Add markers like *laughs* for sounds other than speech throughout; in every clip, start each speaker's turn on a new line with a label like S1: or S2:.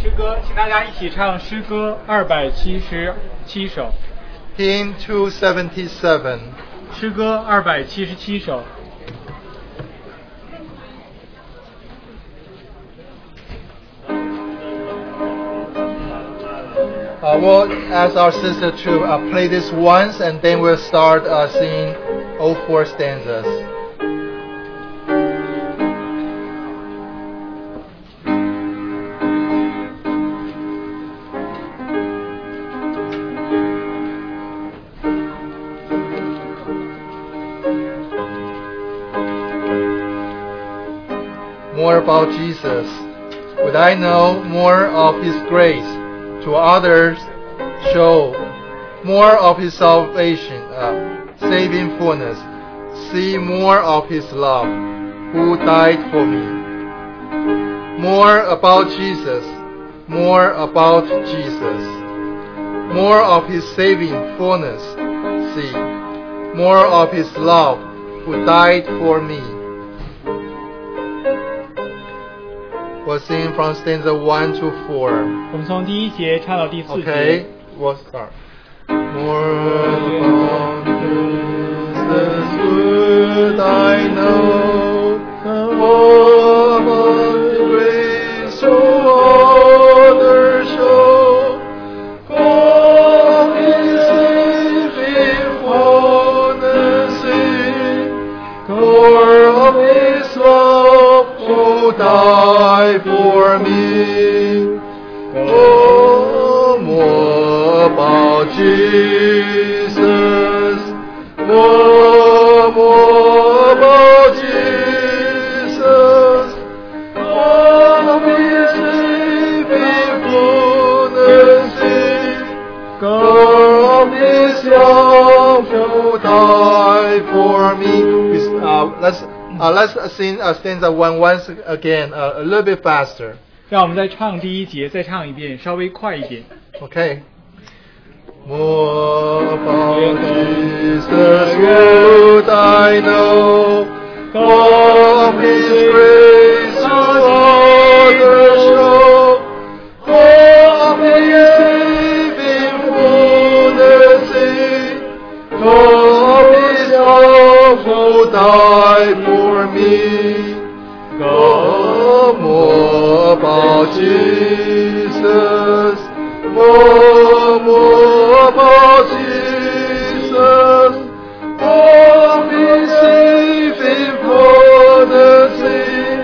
S1: 诗歌，请大家一起唱诗歌二百七十七首，
S2: Hymn 277.
S1: 诗歌二百七十七首。
S2: Uh, we'll ask our sister to uh, play this once and then we'll start uh, singing all four stanzas. more about Jesus. Would I know more of His grace to others, show more of His salvation, uh, saving fullness, see more of His love, who died for me. More about Jesus, more about Jesus, more of His saving fullness, see more of His love, who died for me. We'll sing from stanza 1 to 4.
S1: 我们从第一节唱到第四节。
S2: Okay, we'll start. More upon Jesus would I know, more upon the grace to other show, of His saving holiness, more of His love who died for me. Oh, more about Jesus. Oh, more about Jesus. Oh, his saving fullness. God of his love who died for me. We- uh, let's, uh, let's sing uh, stanza one once again, uh, a little bit faster.
S1: 让我们再唱第一节，再唱一遍，稍微快一点。
S2: Okay. More about Jesus would I know, more of His grace to others show, more of His saving mercy, more of His love who died for me. Oh, more about Jesus. Oh, more about Jesus. Oh, be saving for the sin.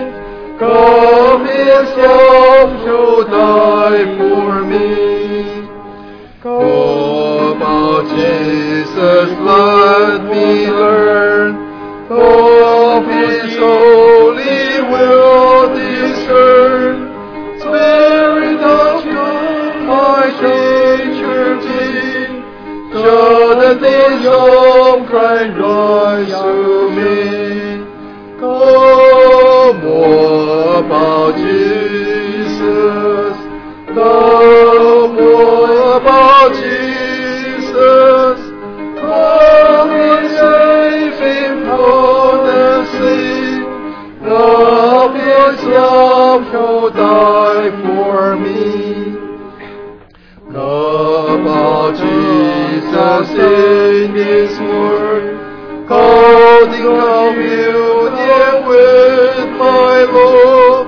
S2: Come Himself to die for me. Oh, about Jesus, let me learn. Oh, of His holy will discern. Spirit of God, my teacher, teach. Show that this home Christ rise to me. Oh, more about Jesus. Oh, more about Jesus. Come and save him from the sin. Love his love who died for me. About Jesus in His Word, holding communion with my Lord,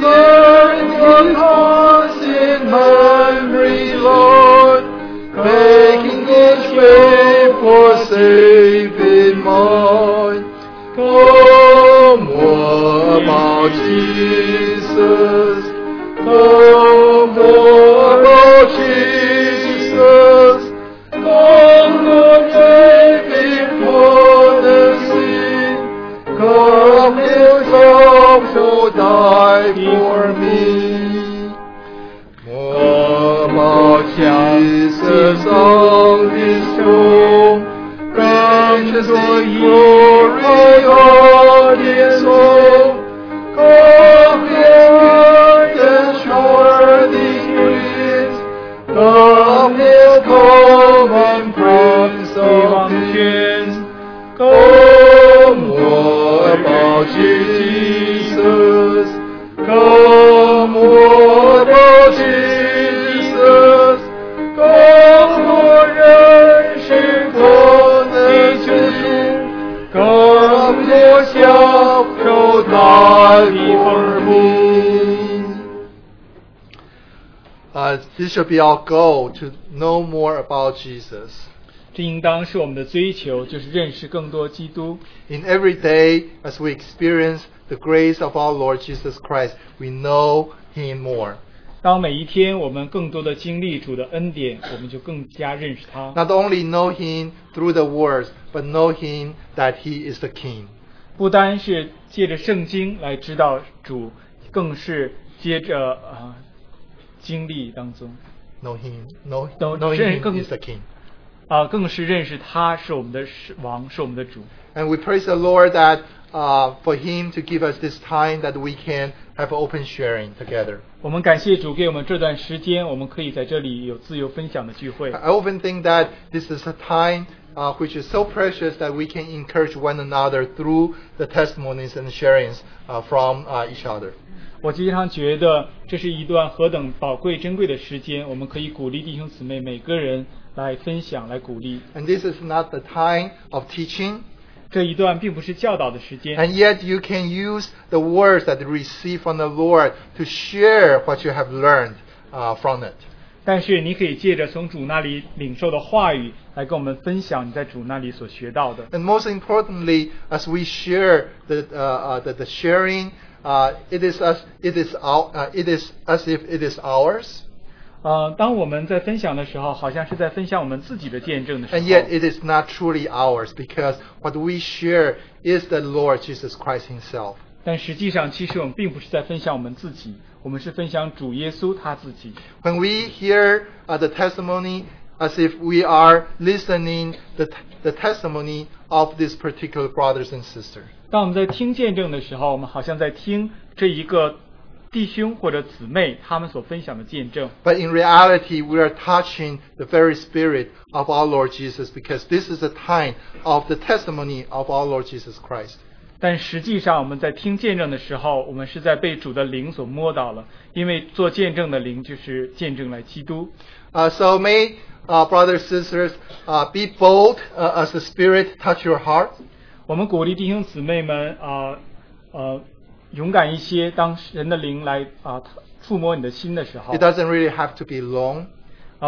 S2: hearing His voice in every Lord, making His way for saving mine. Oh, more about Jesus. Oh, more about Jesus. Oh, Lord, take for the sin. Come, His love to die for me. More about Jesus on His throne. Precious glory of His soul. Come here and shore these trees. Come here, come and praise of His. Come, more about Jesus. Come, more about Jesus.
S1: Uh, this should be our goal to know more about Jesus.
S3: 这应当是我们的追求，就是认识更多基督。
S1: In every day, as we experience the grace of our Lord Jesus Christ, we know Him more.
S3: 当每一天我们更多的经历主的恩典，我们就更加认识他。
S1: Not only know Him through the words, but know Him that He is the King.
S3: 不单是借着圣经来知道主，更是接着啊、经历当中
S1: Know Him, know,
S3: Know-
S1: know Him
S3: 更-
S1: is the King.
S3: 啊、更是认识他是我们的是王，是我们的主。
S1: And we praise the Lord that uh, for Him to give us this time that we can have open sharing together.
S3: 我们感谢主给我们这段时间，我们可以在这里有自由分享的聚会。
S1: I often think that this is a time uh, which is so precious that we can encourage one another through the testimonies and sharings uh, from uh, each other.
S3: 我经常觉得这是一段何等宝贵珍贵的时间，我们可以鼓励弟兄姊妹每个人来分享，来鼓励。
S1: And this is not the time of teaching,
S3: 这一段并不是教导的时间，
S1: and yet you can use the words that you receive from the Lord to share what you have learned uh, from it.
S3: 但是你可以借着从主那里领受的话语来跟我们分享你在主那里所学到的。
S1: And most importantly, as we share the, uh, uh, the, the sharing, uh, it, is as, it, is our, uh, it is as if it is ours.
S3: 呃，当我们在分享的时候，好像是在分享我们自己的见证的时
S1: And yet
S3: 候，
S1: it is not truly ours because what we share is the Lord Jesus Christ Himself.
S3: 但实际上，其实我们并不是在分享我们自己，我们是分享主耶稣他自己。
S1: When we hear uh, the testimony as if we are listening the, t- the testimony of these particular brothers and sisters.
S3: 当我们在听见证的时候，我们好像在听这一个弟兄或者姊妹他们所分享的见证，
S1: But in reality, we are touching the very spirit of our Lord Jesus because this is the time of the testimony of our Lord Jesus Christ.
S3: 但实际上我们在听见证的时候，我们是在被主的灵所摸到了，因为做见证的灵就是见证来基督。
S1: Uh, so may, uh, brothers and sisters, uh, be bold uh, as the Spirit touch your heart.
S3: 我们鼓励弟兄姊妹们啊呃勇敢一些，当神的灵来啊、触摸你的心的时候
S1: It
S3: 啊、
S1: doesn't really have to be long.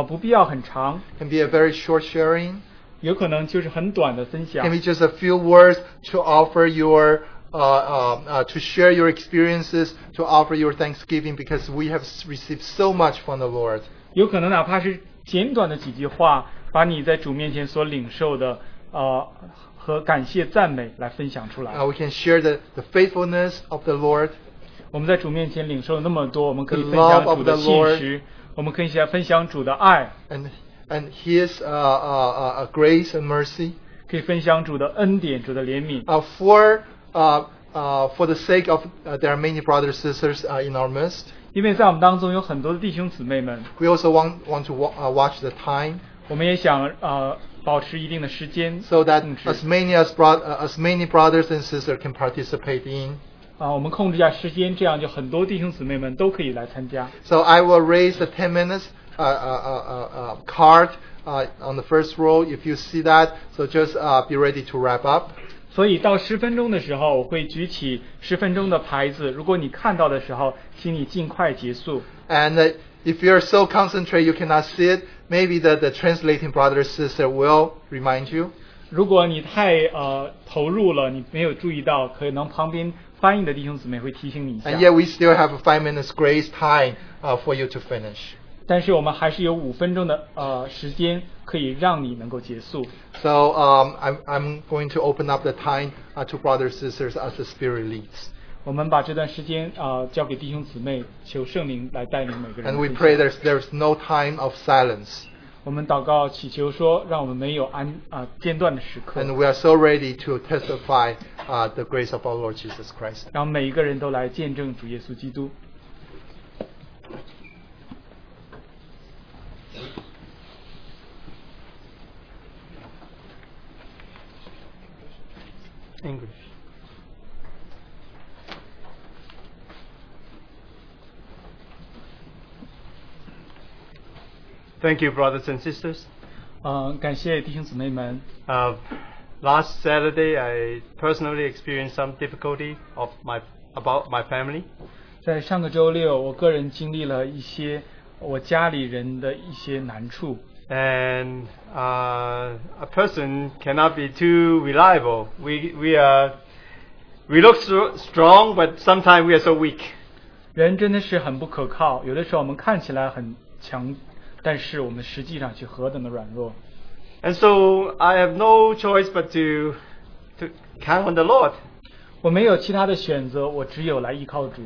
S3: 不必要很长，
S1: It can be a very short sharing.
S3: 有可能就是很短的分
S1: It
S3: 享
S1: can。be just a few words to offer your, uh, uh, uh, to share your experiences, to offer your thanksgiving because we have s- received so much from the Lord.
S3: 有可能哪怕是简短的几句话，把你在主面前所领受的呃和感谢赞美来分享出来。
S1: Uh, we can share the, the faithfulness of the Lord.
S3: 我们在主面前领受了那么多，我们可以
S1: The
S3: 分享
S1: love of
S3: 主的
S1: the Lord
S3: 信实，我们可以分享主的爱，
S1: and and His uh, uh, uh, uh, grace and mercy
S3: 可以分享主的恩典、主的怜悯。
S1: uh, for uh, uh, for the sake of uh, there are many brothers and sisters uh, in our midst.
S3: 因为在我们当中有很多的弟兄姊妹们，
S1: We also want want to wa- uh, watch the time
S3: 我们也想呃保持一定的时间
S1: so that
S3: 控制
S1: as many as bro- uh, as many brothers and sisters can participate in.
S3: 啊、我们控制一下时间，这样就很多弟兄姊妹们都可以来参加。
S1: So I will raise the 10 minutes uh, uh, uh, uh, uh, card uh, on the first row if you see that. So just uh, be ready to wrap up.
S3: 所以到十分钟的时候，我会举起十分钟的牌子。如果你看到的时候，请你尽快结束。
S1: And uh, if you're so concentrated you cannot see it, maybe the, the translating brother or sister will remind you.
S3: 如果你太呃投入了，你没有注意到，可能旁边翻译的弟兄姊妹会提醒你一
S1: And yet
S3: 下。
S1: we still have a five minutes grace time uh, for you to finish.
S3: 但是我们还是有五分钟的呃时间可以让你能够结束。
S1: So um, I'm, I'm going to open up the time uh, to brothers and sisters as the Spirit leads.
S3: 我们把这段时间啊、呃交给弟兄姊妹，求圣灵来带领每个
S1: And
S3: 人
S1: we
S3: 分
S1: pray
S3: 享。
S1: there's, there's no time of silence.
S3: 我们祷告祈求说，让我们没有安啊、间断的时刻，
S1: And we are so ready to testify uh, the grace of our Lord Jesus Christ.
S3: 让每一个人都来见证主耶稣基督。
S1: English.
S4: Thank you, brothers and sisters.
S3: 呃，感谢弟兄姊妹们。
S4: Uh, last Saturday, I personally experienced some difficulty of my about my family.
S3: 在上个周六，我个人经历了一些我家里人的一些难处。
S1: and uh, a person cannot be too reliable. We we are we look so strong, but sometimes we are so weak.
S3: 人真的是很不可靠，有的时候我们看起来很强，但是我们实际上却何等的软弱。
S1: And so I have no choice but to to count on the Lord.
S3: 我没有其他的选择，我只有来依靠主。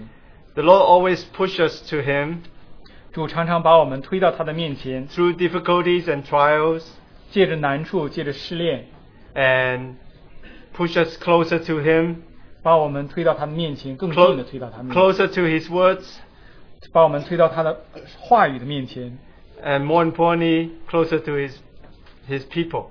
S1: The Lord always pushes us to Him
S3: 主常常把我们推到他的面前，
S1: through difficulties and trials,
S3: 借着难处，借着试炼，
S1: and push us closer to Him,
S3: 把我们推到他的面前，更近的推到他面前，
S1: closer to His words,
S3: 把我们推到他的话语的面前，
S1: and more importantly, closer to His His people.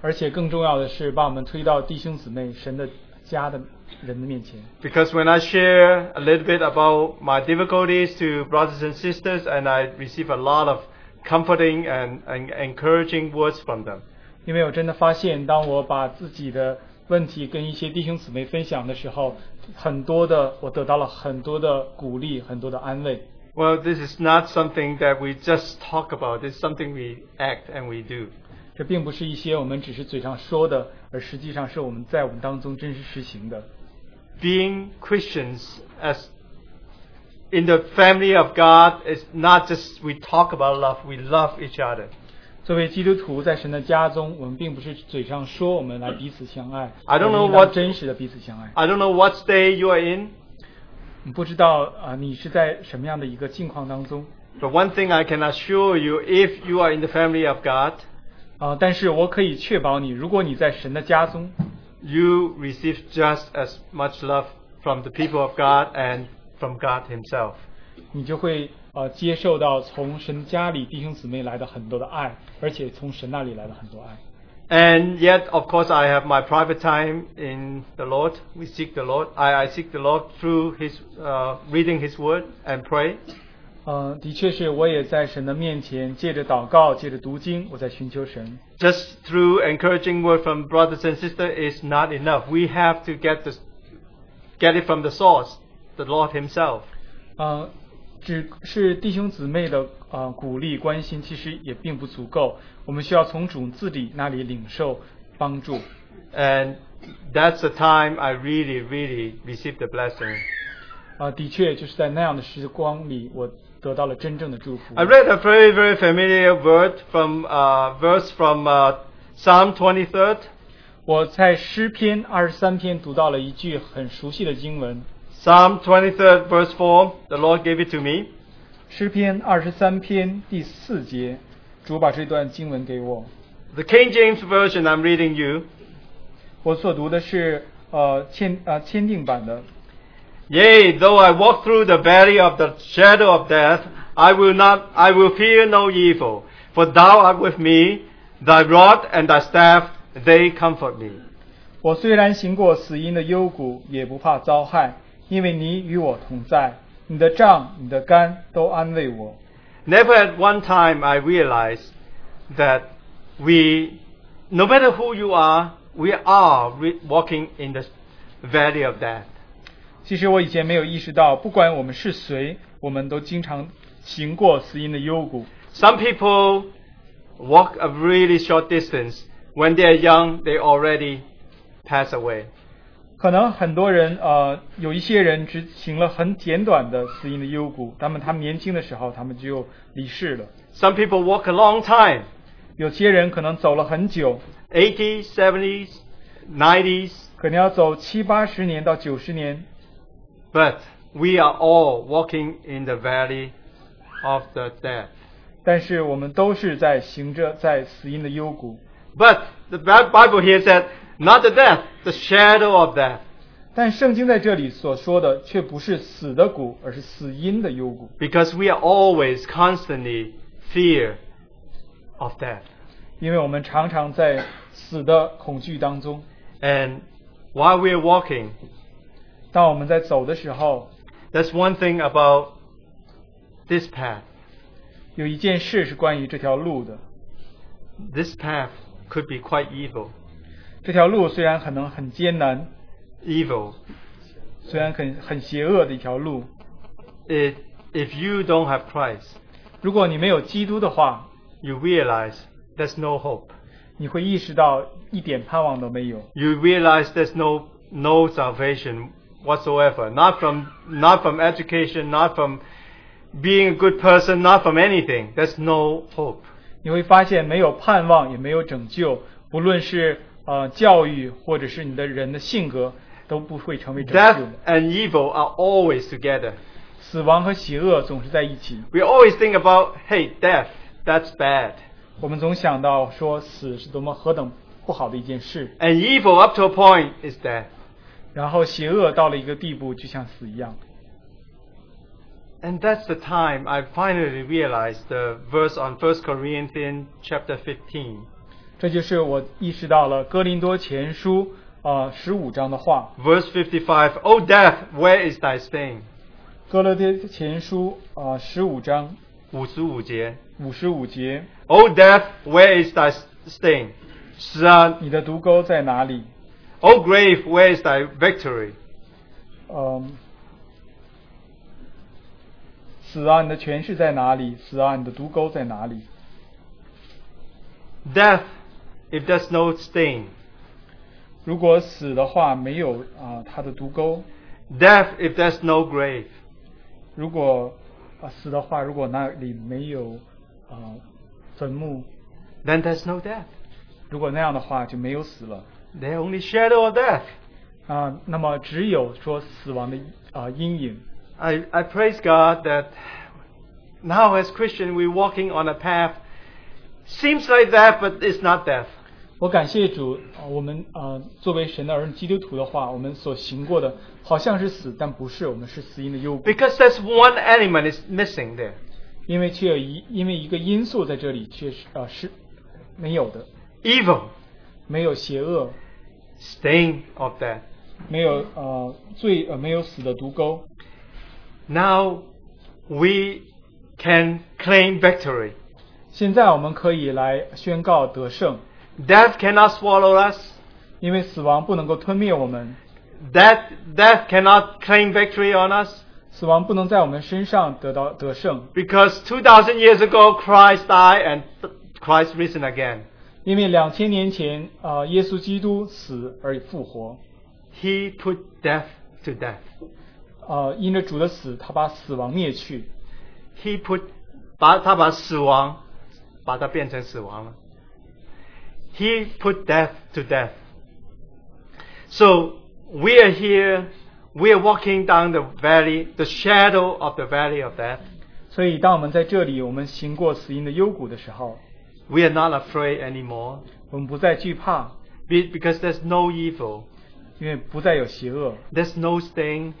S3: 而且更重要的是，把我们推到弟兄姊妹、神的家的人的面前。
S1: Because when I share a little bit about my difficulties to brothers and sisters, and I receive a lot of comforting and, and encouraging words from them.
S3: 因为我真的发现，当我把自己的问题跟一些弟兄姊妹分享的时候，很多的我得到了很多的鼓励，很多的安慰。
S1: Well, this is not something that we just talk about. It's something we act and we do.
S3: 这并不是一些我们只是嘴上说的，而实际上是我们在我们当中真实实行的。
S1: Being Christians as in the family of God is not just we talk about love. We love each other.
S3: 作为基督徒，在神的家中，我们并不是嘴上说我们来彼此相爱，
S1: I don't know
S3: 我们应当
S1: what-
S3: 真实的彼此相爱。
S1: I don't know what state you are in,
S3: 你不知道啊、呃你是在什么样的一个境况当中
S1: but one thing I can assure you: if you are in the family of God.
S3: 啊、呃但是我可以确保你，如果你在神的家中，
S1: you receive just as much love from the people of God and from God Himself.
S3: 你就会呃接受到从神家里弟兄姊妹来的很多的爱，而且从神那里来的很多爱。
S1: And yet, of course, I have my private time in the Lord. We seek the Lord. I, I seek the Lord through His uh, reading His Word and pray.
S3: 呃，的确是我也在神的面前，借着祷告，借着读经，我在寻求神。
S1: Just through encouraging word from brothers and sisters is not enough. We have to get this, get it from the source, the Lord Himself.
S3: 呃，只是弟兄姊妹的呃鼓励关心，其实也并不足够。我们需要从主自己那里领受帮助。
S1: And that's the time I really, really receive the blessing.
S3: 啊、的确就是在那样的时光里，我得到了真正的祝福。
S1: I read a very, very familiar word from uh, verse from uh, Psalm 23,
S3: 我在诗篇二十三篇读到了一句很熟悉的经文，
S1: Psalm 23, verse 4. The Lord gave it to me.
S3: 诗篇二十三篇第四节，主把这段经文给我。
S1: The King James version I'm reading you.
S3: 我所读的是呃签呃签订版的。
S1: Yea, though I walk through the valley of the shadow of death, I will not, I will fear no evil, for thou art with me. Thy rod and thy staff, they comfort me.
S3: 我虽然行过死荫的幽谷，也不怕遭害，因为你与我同在。你的杖、你的竿都安慰我。
S1: Never at one time I realized that we, no matter who you are, we are re- walking in the valley of death.
S3: 其实我以前没有意识到，不管我们是谁，我们都经常行过死荫的幽谷。
S1: Some people walk a really short distance. When they're young, they already pass away.
S3: 可能很多人呃，有一些人只行了很简短的死荫的幽谷，那么他们年轻的时候他们就离世了。
S1: Some people walk a long time,
S3: 有些人可能走了很久，
S1: 80s, 70s, 90s,
S3: 可能要走七八十年到九十年，
S1: but we are all walking in the valley of the death.
S3: 但是我们都是在行着在死荫的幽谷。
S1: But the Bi- Bible here said, not the death, the shadow of death.
S3: 但圣经在这里所说的却不是死的谷，而是死荫的幽谷，
S1: Because we are always constantly fear of death.
S3: 因为我们常常在死的恐惧当中。
S1: And while we are walking,
S3: 当我们在走的时候，
S1: that's one thing about this path.
S3: 有一件事是关于这条路的。
S1: This path could be quite evil.
S3: 这条路虽然可能很艰难，
S1: Evil.
S3: 虽然很很邪恶的一条路，
S1: It, if you don't have Christ,
S3: 如果你没有基督的话，
S4: you realize there's no hope.
S3: 你会意识到一点盼望都没有，
S4: You realize there's no no salvation whatsoever. Not from not from education, not from being a good person, not from anything. There's no hope.
S3: 你会发现没有盼望，也没有拯救，无论是呃教育或者是你的人的性格，都不会成为拯救
S4: Death
S3: 的。
S4: and evil are always together.
S3: 死亡和邪恶总是在一起，
S4: We always think about, hey, death, that's bad.
S3: 我们总想到说死是多么何等不好的一件事，
S4: And evil up to a point is death.
S3: 然后邪恶到了一个地步，就像死一样。
S4: And that's the time I finally realized the verse on 1 Corinthians chapter 15,
S3: 这就是我意识到了《哥林多前书》啊十五章的话，
S4: verse 55. O death, where is thy sting?
S3: 《哥罗多前书》啊十五章
S4: 55节.
S3: 五十五节，
S4: O death, where is thy sting? 死啊，
S3: 你的毒钩在哪里？
S4: O grave, where is thy victory?
S3: 嗯，死啊，你的权势在哪里？死啊，你的毒钩在哪里？
S4: Death, if there's no sting.
S3: 如果死的话没有啊、他的毒钩，
S4: Death, if there's no grave.
S3: 如果啊、死的话，如果那里没有啊、坟墓，
S4: Then there's no death.
S3: 如果那样的话就没有死了
S4: They're only shadow of death.
S3: 啊、那么只有说死亡的啊、阴影。
S4: I, I praise God that now as Christian we're walking on a path. Seems like that, but it's not death.
S3: 我感谢主，啊我们啊、作为神的儿女基督徒的话，我们所行过的好像是死，但不是，我们是死因的幽谷。
S4: Because there's one element is missing there.
S3: 因为却有一因为一个因素在这里却是啊、是没有的，
S4: Evil.
S3: 没有邪恶，
S4: Sting of death.
S3: 没有呃罪呃没有死的毒钩，
S4: Now we can claim victory.
S3: 现在我们可以来宣告得胜，
S4: Death cannot swallow us.
S3: 因为死亡不能够吞灭我们，
S4: Death, death cannot claim victory on us.
S3: 死亡不能在我们身上得到得胜，
S4: Because 2,000 years ago, Christ died and Christ risen again.
S3: 因为两千年前啊、呃耶稣基督死而复活，
S4: He put death to death.
S3: 呃因着主的死，他把死亡灭去，
S4: He put 把他把死亡把它变成死亡了。He put death to death. So we are here. We are walking down the valley, the shadow of the valley of death.
S3: 所以当我们在这里我们行过死因的幽谷的时候，
S4: We are not afraid anymore
S3: 我们不再惧怕，
S4: be- because there's no evil,
S3: 因为不再有邪恶。
S4: there's no sting.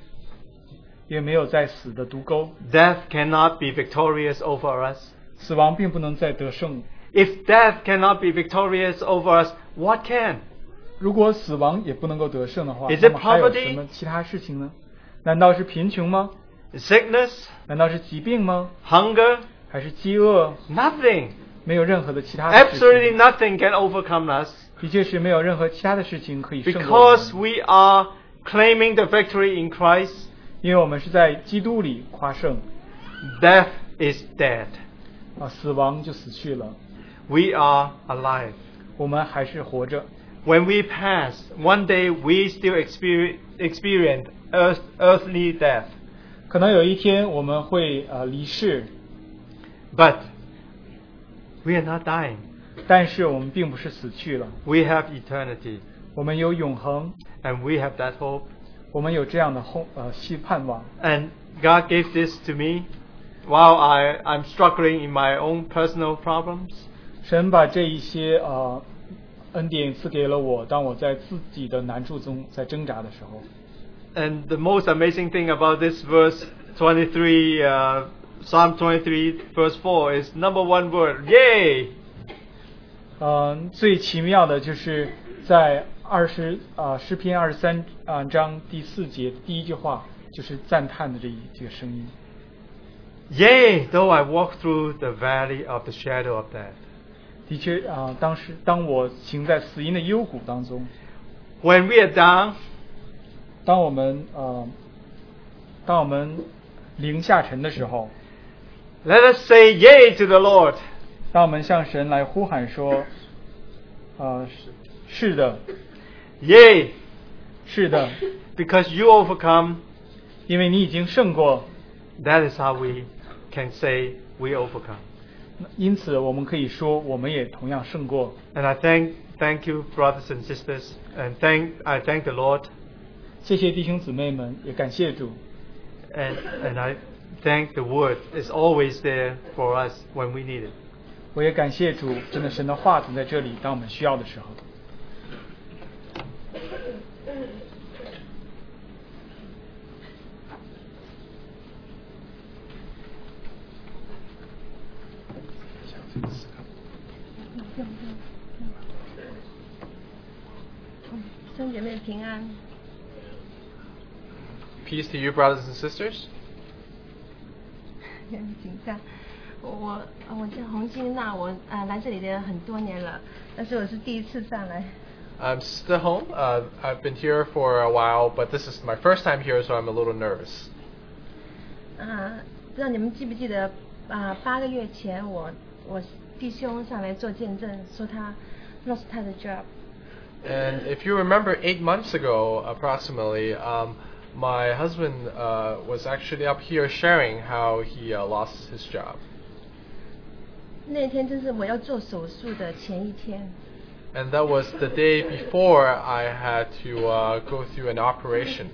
S3: 也没有在死的毒钩，
S4: Death cannot be victorious over us.
S3: 死亡并不能再得胜。
S4: If death cannot be victorious over us, what can?
S3: 如果死亡也不能够得胜的话，
S4: Is it
S3: 那么还有
S4: poverty?
S3: 什么其他事情呢？难道是贫穷吗？
S4: Sickness,
S3: 难道是疾病吗？
S4: hunger,
S3: 还是饥饿？
S4: nothing.
S3: 没有任何的其他的事
S4: Absolutely
S3: 情，
S4: nothing can overcome us
S3: 的确是没有任何其他的事情可以胜过我
S4: because
S3: 们，
S4: we are claiming the victory in Christ.
S3: 因为我们是在基督里夸胜
S4: Death is dead.
S3: 啊，死亡就死去了，
S4: We are alive.
S3: 我们还是活着。
S4: When we pass, one day we still experience, experience earth, earthly death.
S3: 可能有一天我们会呃离世，
S4: But we are not dying.
S3: 但是我们并不是死去了，
S4: We have eternity
S3: 我们有永恒，
S4: and we have that hope.
S3: 我们有这样的后呃希盼望。
S4: And God gave this to me while I, I'm struggling in my own personal problems.
S3: 神把这一些啊、呃恩典赐给了我，当我在自己的难处中在挣扎的时候。
S4: And the most amazing thing about this verse 23, uh, Psalm 23, verse 4 is number one word, yay!
S3: 嗯、最奇妙的就是在二十啊诗篇二十三啊章第四节第一句话就是赞叹的这一这个声音。
S4: Yea, though I walk through the valley of the shadow of death.
S3: 的确啊、当时当我行在死荫的幽谷当中，
S4: When we are down,
S3: 当我们啊、呃当我们灵下沉的时候，
S1: Let us say yea to the Lord.
S3: 让我们向神来呼喊说：“呃，是是的，
S1: Yea,
S3: 是的，
S1: because you overcome,
S3: 因为你已经胜过，
S1: that is how we can say we overcome.
S3: 因此我们可以说，我们也同样胜过。
S1: And I thank thank you, brothers and sisters, and thank I thank the Lord, ”
S3: 谢谢弟兄姊妹们，也感谢主。
S1: and and I thank the Word is always there for us when we need it.
S3: 我也感谢主，真的神的话总在这里，当我们需要的时候。
S5: 嗯兄姐妹平安。 *laughs*
S6: Peace to you, brothers and sisters.
S5: 有点紧张。我我我叫洪金娜，我啊、来这里的很多年了，但是我是第一次上来。
S6: I'm still home. Uh, I've been here for a while, but this is my first time here, so I'm a little nervous.
S5: 啊、不知道你们记不记得啊、八个月前我我弟兄上来做见证，说他 lost 他的 job。
S6: And if you remember, eight months ago, approximately, um, my husband uh, was actually up here sharing how he uh, lost his job.
S5: 那天真是我要做手术的前一天，
S6: And that was the day before I had to uh, go through an operation.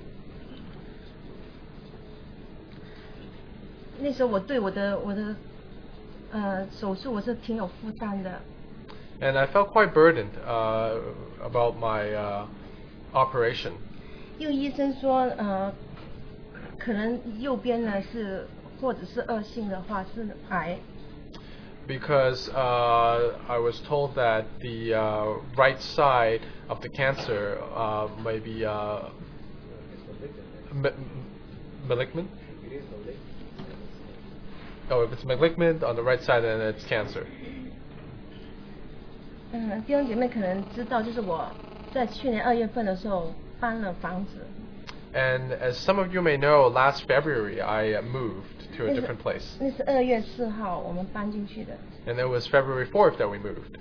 S5: 那时候我对我的我的呃手术我是挺有负担的。
S6: And I felt quite burdened uh, about my uh, operation.
S5: 因为医生说，呃，可能右边呢是或者是恶性的话是癌，
S6: because uh, I was told that the uh, right side of the cancer uh, may be uh, ma- malignant. Oh, if it's malignant on the right side, then it's cancer.
S5: 嗯，弟兄姐妹可能知道，就是我在去年二月份的时候搬了房子，
S6: And as some of you may know, last February I uh, moved to a
S5: 那是
S6: different place,
S5: 那是二月四号我们搬进去的。
S6: and it was February 4th that we moved.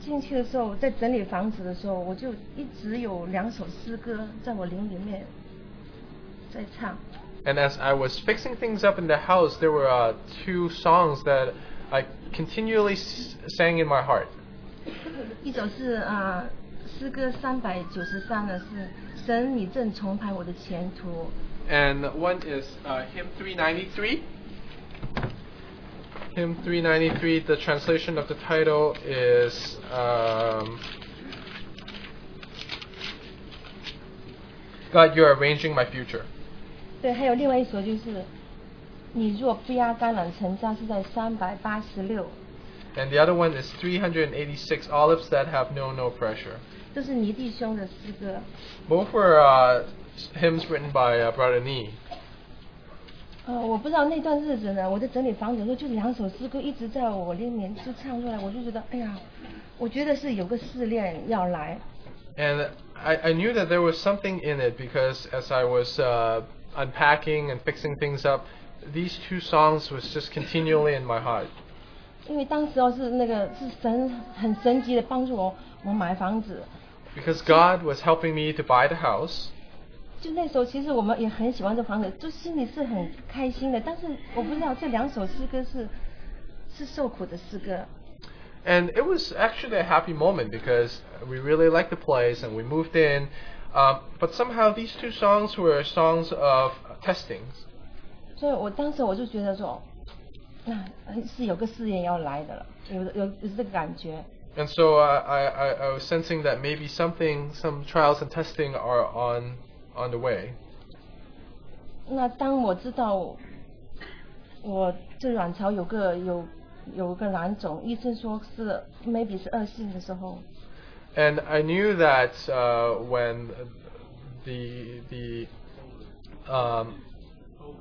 S5: 进去的时候，在整理房子的时候，我就一直有两首诗歌在我灵里面在唱。
S6: And as I was fixing things up in the house, there were uh, two songs that I continually s- sang in my heart.
S5: 一首是啊、呃诗歌三百九十三的是“神，你正重排我的前途”，
S6: and one is uh, hymn 393. Hymn 393. The translation of the title is um, God, you're arranging my future.
S5: 对，还有另外一首就是，你若不压橄榄成渣是在三百八十六，
S6: And the other one is 386 olives that have no no pressure.
S5: 这是倪弟兄的诗歌。
S6: Both were uh, hymns written by uh, Brother Nee.
S5: 呃，我不知道那段日子呢，我在整理房子的时候，就两首诗歌一直在我里面就唱出来，我就觉得，哎呀，我觉得是有个试炼要来。
S6: And I, I knew that there was something in it because as I was uh, unpacking and fixing things up, these two songs was just continually in my heart.
S5: 因为当时哦是那个是神很神奇的帮助我，我买房子。
S6: Because God was helping me to buy the house.
S5: 就那时候，其实我们也很喜欢这房子，就心里是很开心的。但是我不知道这两首诗歌是是受苦的诗歌。
S6: And it was actually a happy moment because we really liked the place and we moved in. Um, but somehow these two songs were songs of testings.
S5: 所以我当时我就觉得说，那、呃是有个试验要来的了，有有有这个感觉。
S6: And so I, I, I- I was sensing that maybe something, some trials and testing are on, on the way.
S5: 那当我知道我我这卵巢有个有有个囊肿，医生说是 maybe 是恶性的时候，
S6: And I knew that uh, when the, the, um,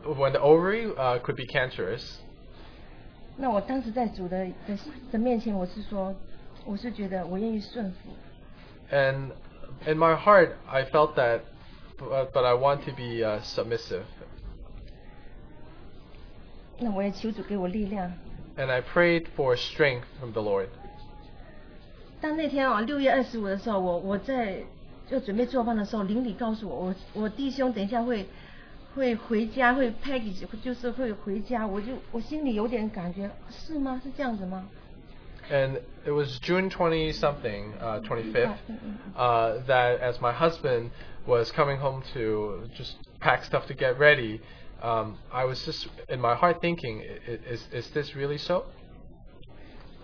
S6: when the ovary uh, could be cancerous,
S5: 那我当时在主的的的面前，我是说，我是觉得我愿意顺服。
S6: and in my heart I felt that, but, but I want to be uh, submissive.
S5: 那我也求主给我力量。
S6: And I prayed for strength from the Lord.
S5: 但那天啊，六月二十五的时候，我我在就准备做饭的时候，邻里告诉我，我我弟兄等一下会会回家，会 package，就是会回家，我就我心里有点感觉，是吗？是这样子吗？
S6: And it was June 20 something, uh, 25th,
S5: 啊 Mm-mm.
S6: uh, that as my husband was coming home to just pack stuff to get ready, um, I was just in my heart thinking, "I- i- is, is this really so?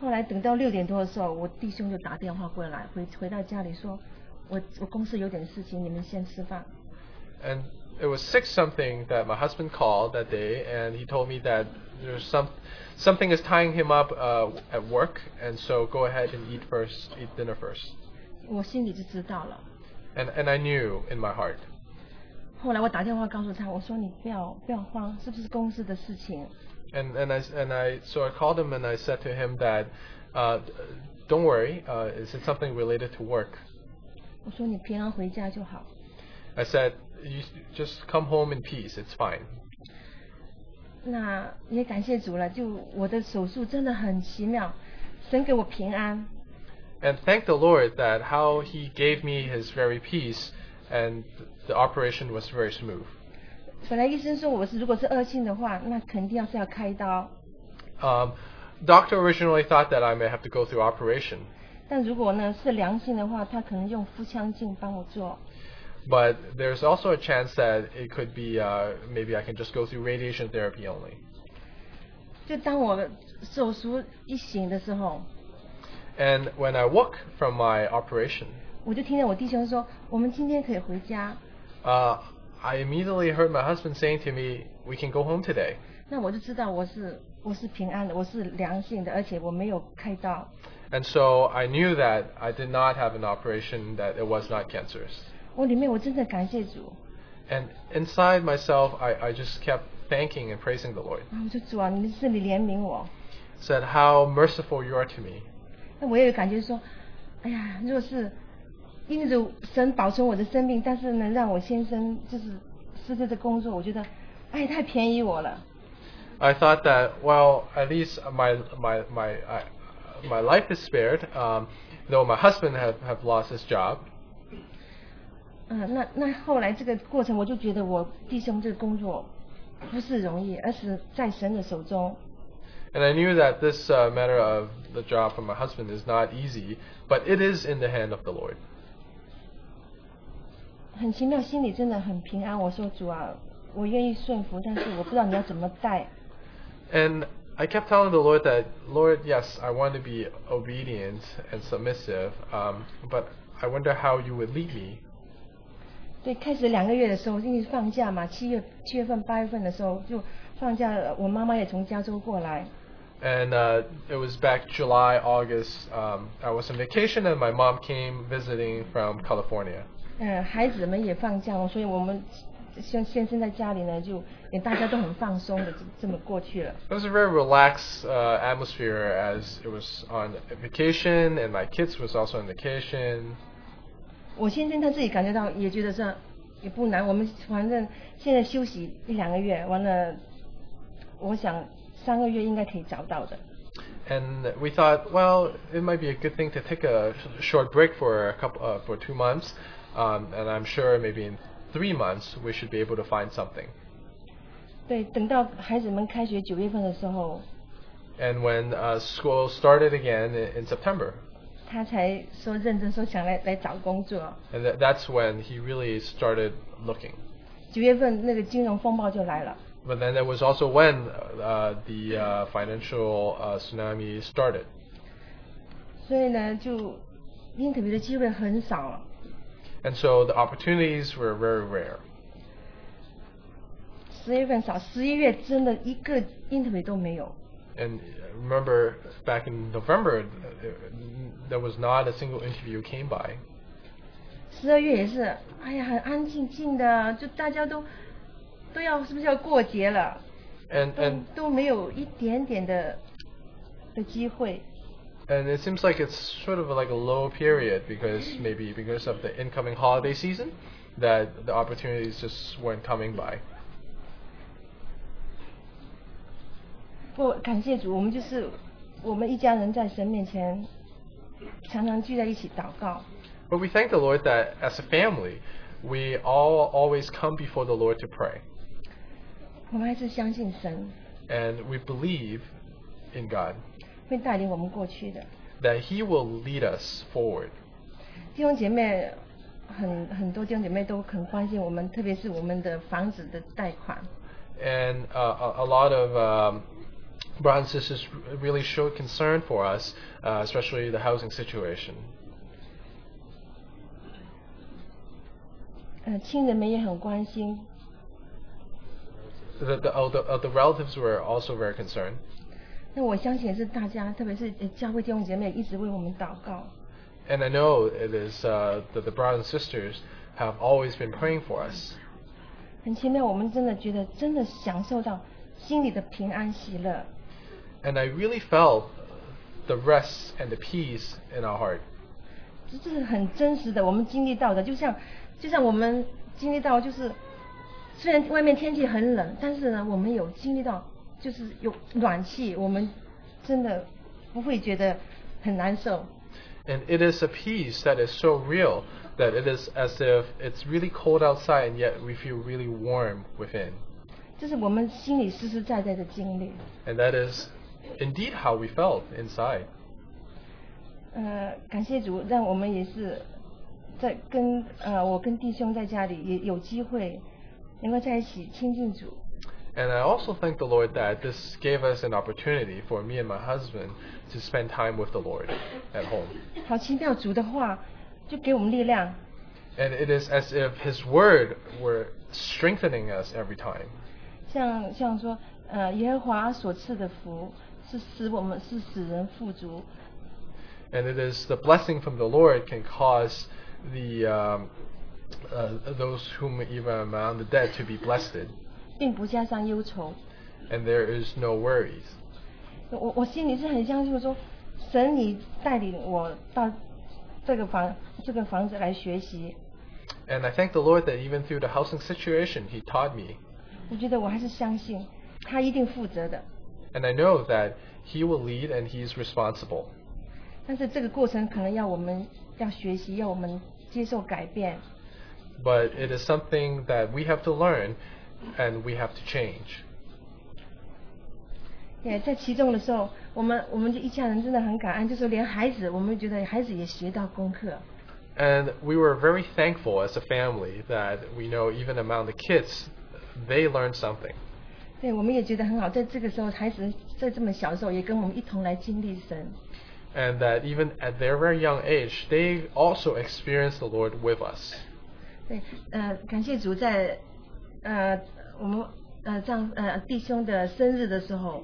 S5: 后来等到六点多的时候，我弟兄就打电话过来，回回到家里说，我我公司有点事情，你们先吃饭。
S6: And it was six something that my husband called that day, and he told me that there's some something is tying him up uh, at work, and so go ahead and eat first, eat dinner first.
S5: 我心里就知道了。
S6: And and I knew in my heart.
S5: 后来我打电话告诉他，我说你不要不要慌，是不是公司的事情？
S6: And and I s- and I so I called him and I said to him that, uh, don't worry, uh, is it something related to work?
S5: 我说你平安回家就好。
S6: I said you s- just come home in peace, it's fine.
S5: 那也感谢主了，就我的手术真的很奇妙，神给我平安。
S6: And thank the Lord that how He gave me His very peace, and th- the operation was very smooth.
S5: 本来医生说我是如果是恶性的话，那肯定要是要开刀。
S6: Um, doctor originally thought that I may have to go through operation,
S5: 但如果呢是良性的话，他可能用腹腔镜帮我做。
S6: but there's also a chance that it could be uh, maybe I can just go through radiation therapy only.
S5: 就当我手术一醒的时候，
S6: And when I woke from my operation,
S5: 我就听见我弟兄说，我们今天可以回家。
S6: uh, I immediately heard my husband saying to me, "We can go home today."
S5: 那我就知道我是我是平安的，我是良性的，而且我没有开刀。
S6: And so I knew that I did not have an operation, that it was not cancerous.
S5: 我里面我真的感谢主，
S6: And inside myself, I, I just kept thanking and praising the Lord.
S5: 然后我就主啊，你是你怜悯我。
S6: Said how merciful you are to me.
S5: 那我也有感觉说，哎呀，若是因着神保存我的生命，但是能让我先生就是失去这工作，我觉得，哎，太便宜我了。
S6: I thought that well, at least my my my I, my life is spared. Um, though my husband have, have lost his job,
S5: 嗯，那那后来这个过程，我就觉得我弟兄这个工作不是容易，而是在神的手中。
S6: and I knew that this uh, matter of the job for my husband is not easy, but it is in the hand of the Lord.
S5: 很奇妙，心里真的很平安。我说主啊，我愿意顺服，但是我不知道你要怎么带。
S6: And I kept telling the Lord that, Lord, yes, I want to be obedient and submissive, um, but I wonder how you would lead me.
S5: 对，开始两个月的时候，因为放假嘛，七月七月份、八月份的时候就放假了，我妈妈也从加州过来，
S6: And uh, it was back July, August. Um, I was on vacation, and my mom came visiting from California.
S5: 嗯，孩子们也放假了，所以我们先先生在家里呢，就也大家都很放松的这这么过去了。
S6: It was a very relaxed uh, atmosphere as it was on vacation, and my kids was also on vacation.
S5: 我先生他自己感觉到，也觉得这也不难。我们反正现在休息一两个月，完了，我想三个月应该可以找到的。
S6: And we thought, well, it might be a good thing to take a sh- short break for a couple uh, for two months, um, and I'm sure maybe in three months we should be able to find something.
S5: 对，等到孩子们开学九月份的时候，
S6: And when uh, school started again in, in September,
S5: 他才说认真说想来来找工作。
S6: and th- that's when he really started looking.
S5: 九月份那个金融风暴就来了，
S6: But then it was also when uh, the uh, financial uh, tsunami started.
S5: 所以呢，就 interview 的机会很少了。
S6: And so the opportunities were very rare.
S5: 十月份少，十一月真的一个 interview 都没有。
S6: And uh, remember, back in November, uh, uh, there was not a single interview came by.
S5: 十二月也是，哎呀，很安静静的，就大家都都要是不是要过节了，
S6: And
S5: 都
S6: and
S5: 都没有一点点的的机会。
S6: and it seems like it's sort of like a low period because maybe because of the incoming holiday season, that the opportunities just weren't coming by.
S5: 不过感谢主，我们就是我们一家人在神面前常常聚在一起祷告。
S6: But we thank the Lord that as a family, we all always come before the Lord to pray.
S5: 我们还是相信神
S6: And we believe in God
S5: 会带领我们过去的。
S6: that He will lead us forward.
S5: 弟兄姐妹很很多弟兄姐妹都很关心我们，特别是我们的房子的贷款。
S6: And uh, a, a lot of um, brothers and sisters really showed concern for us, uh, especially the housing situation.
S5: 呃，亲人们也很关心。
S6: The, the, oh, the, oh, the relatives were also very concerned.
S5: 那我相信也是大家，特别是呃教会弟兄姐妹一直为我们祷告。
S6: And I know it is uh, that the brothers and sisters have always been praying for us.
S5: 很奇妙，我们真的觉得真的享受到心里的平安喜乐。
S6: And I really felt the rest and the peace in our heart.
S5: 这这是很真实的，我们经历到的，就像就像我们经历到，就是虽然外面天气很冷，但是呢，我们有经历到，就是有暖气，我们真的不会觉得很难受。
S6: And it is a peace that is so real that it is as if it's really cold outside and yet we feel really warm within.
S5: 这是我们心里实实在在的经历。
S6: And that is indeed how we felt inside.
S5: 呃，感谢主，让我们也是在跟呃我跟弟兄在家里也有机会能够在一起亲近主。
S6: And I also thank the Lord that this gave us an opportunity for me and my husband to spend time with the Lord at home.
S5: 好奇妙，主的话就给我们力量，
S6: And it is as if His Word were strengthening us every time.
S5: 像像说，呃，耶和华所赐的福是使我们是使人富足，
S6: And it is the blessing from the Lord can cause the um, uh, those whom even among the dead to be blessed,
S5: 并不加上忧愁。
S6: and there is no worries.
S5: 我我心里是很相信说，神你带领我到这个房这个房子来学习，
S6: And I thank the Lord that even through the housing situation, He taught me,
S5: 我觉得我还是相信他一定负责的。
S6: and I know that He will lead and He is responsible.
S5: 但是这个过程可能要我们要学习，要我们接受改变。
S6: But it is something that we have to learn, and we have to change.
S5: 也在其中的时候，我们我们这一家人真的很感恩，就是连孩子，我们觉得孩子也学到功课。
S6: And we were very thankful as a family that we know even among the kids, they learned something.
S5: 对，我们也觉得很好，在这个时候，孩子在这么小的时候，也跟我们一同来经历神。
S6: and that even at their very young age, they also experienced the Lord with us.
S5: 对，呃，感谢主在，呃，我们呃丈呃弟兄的生日的时候，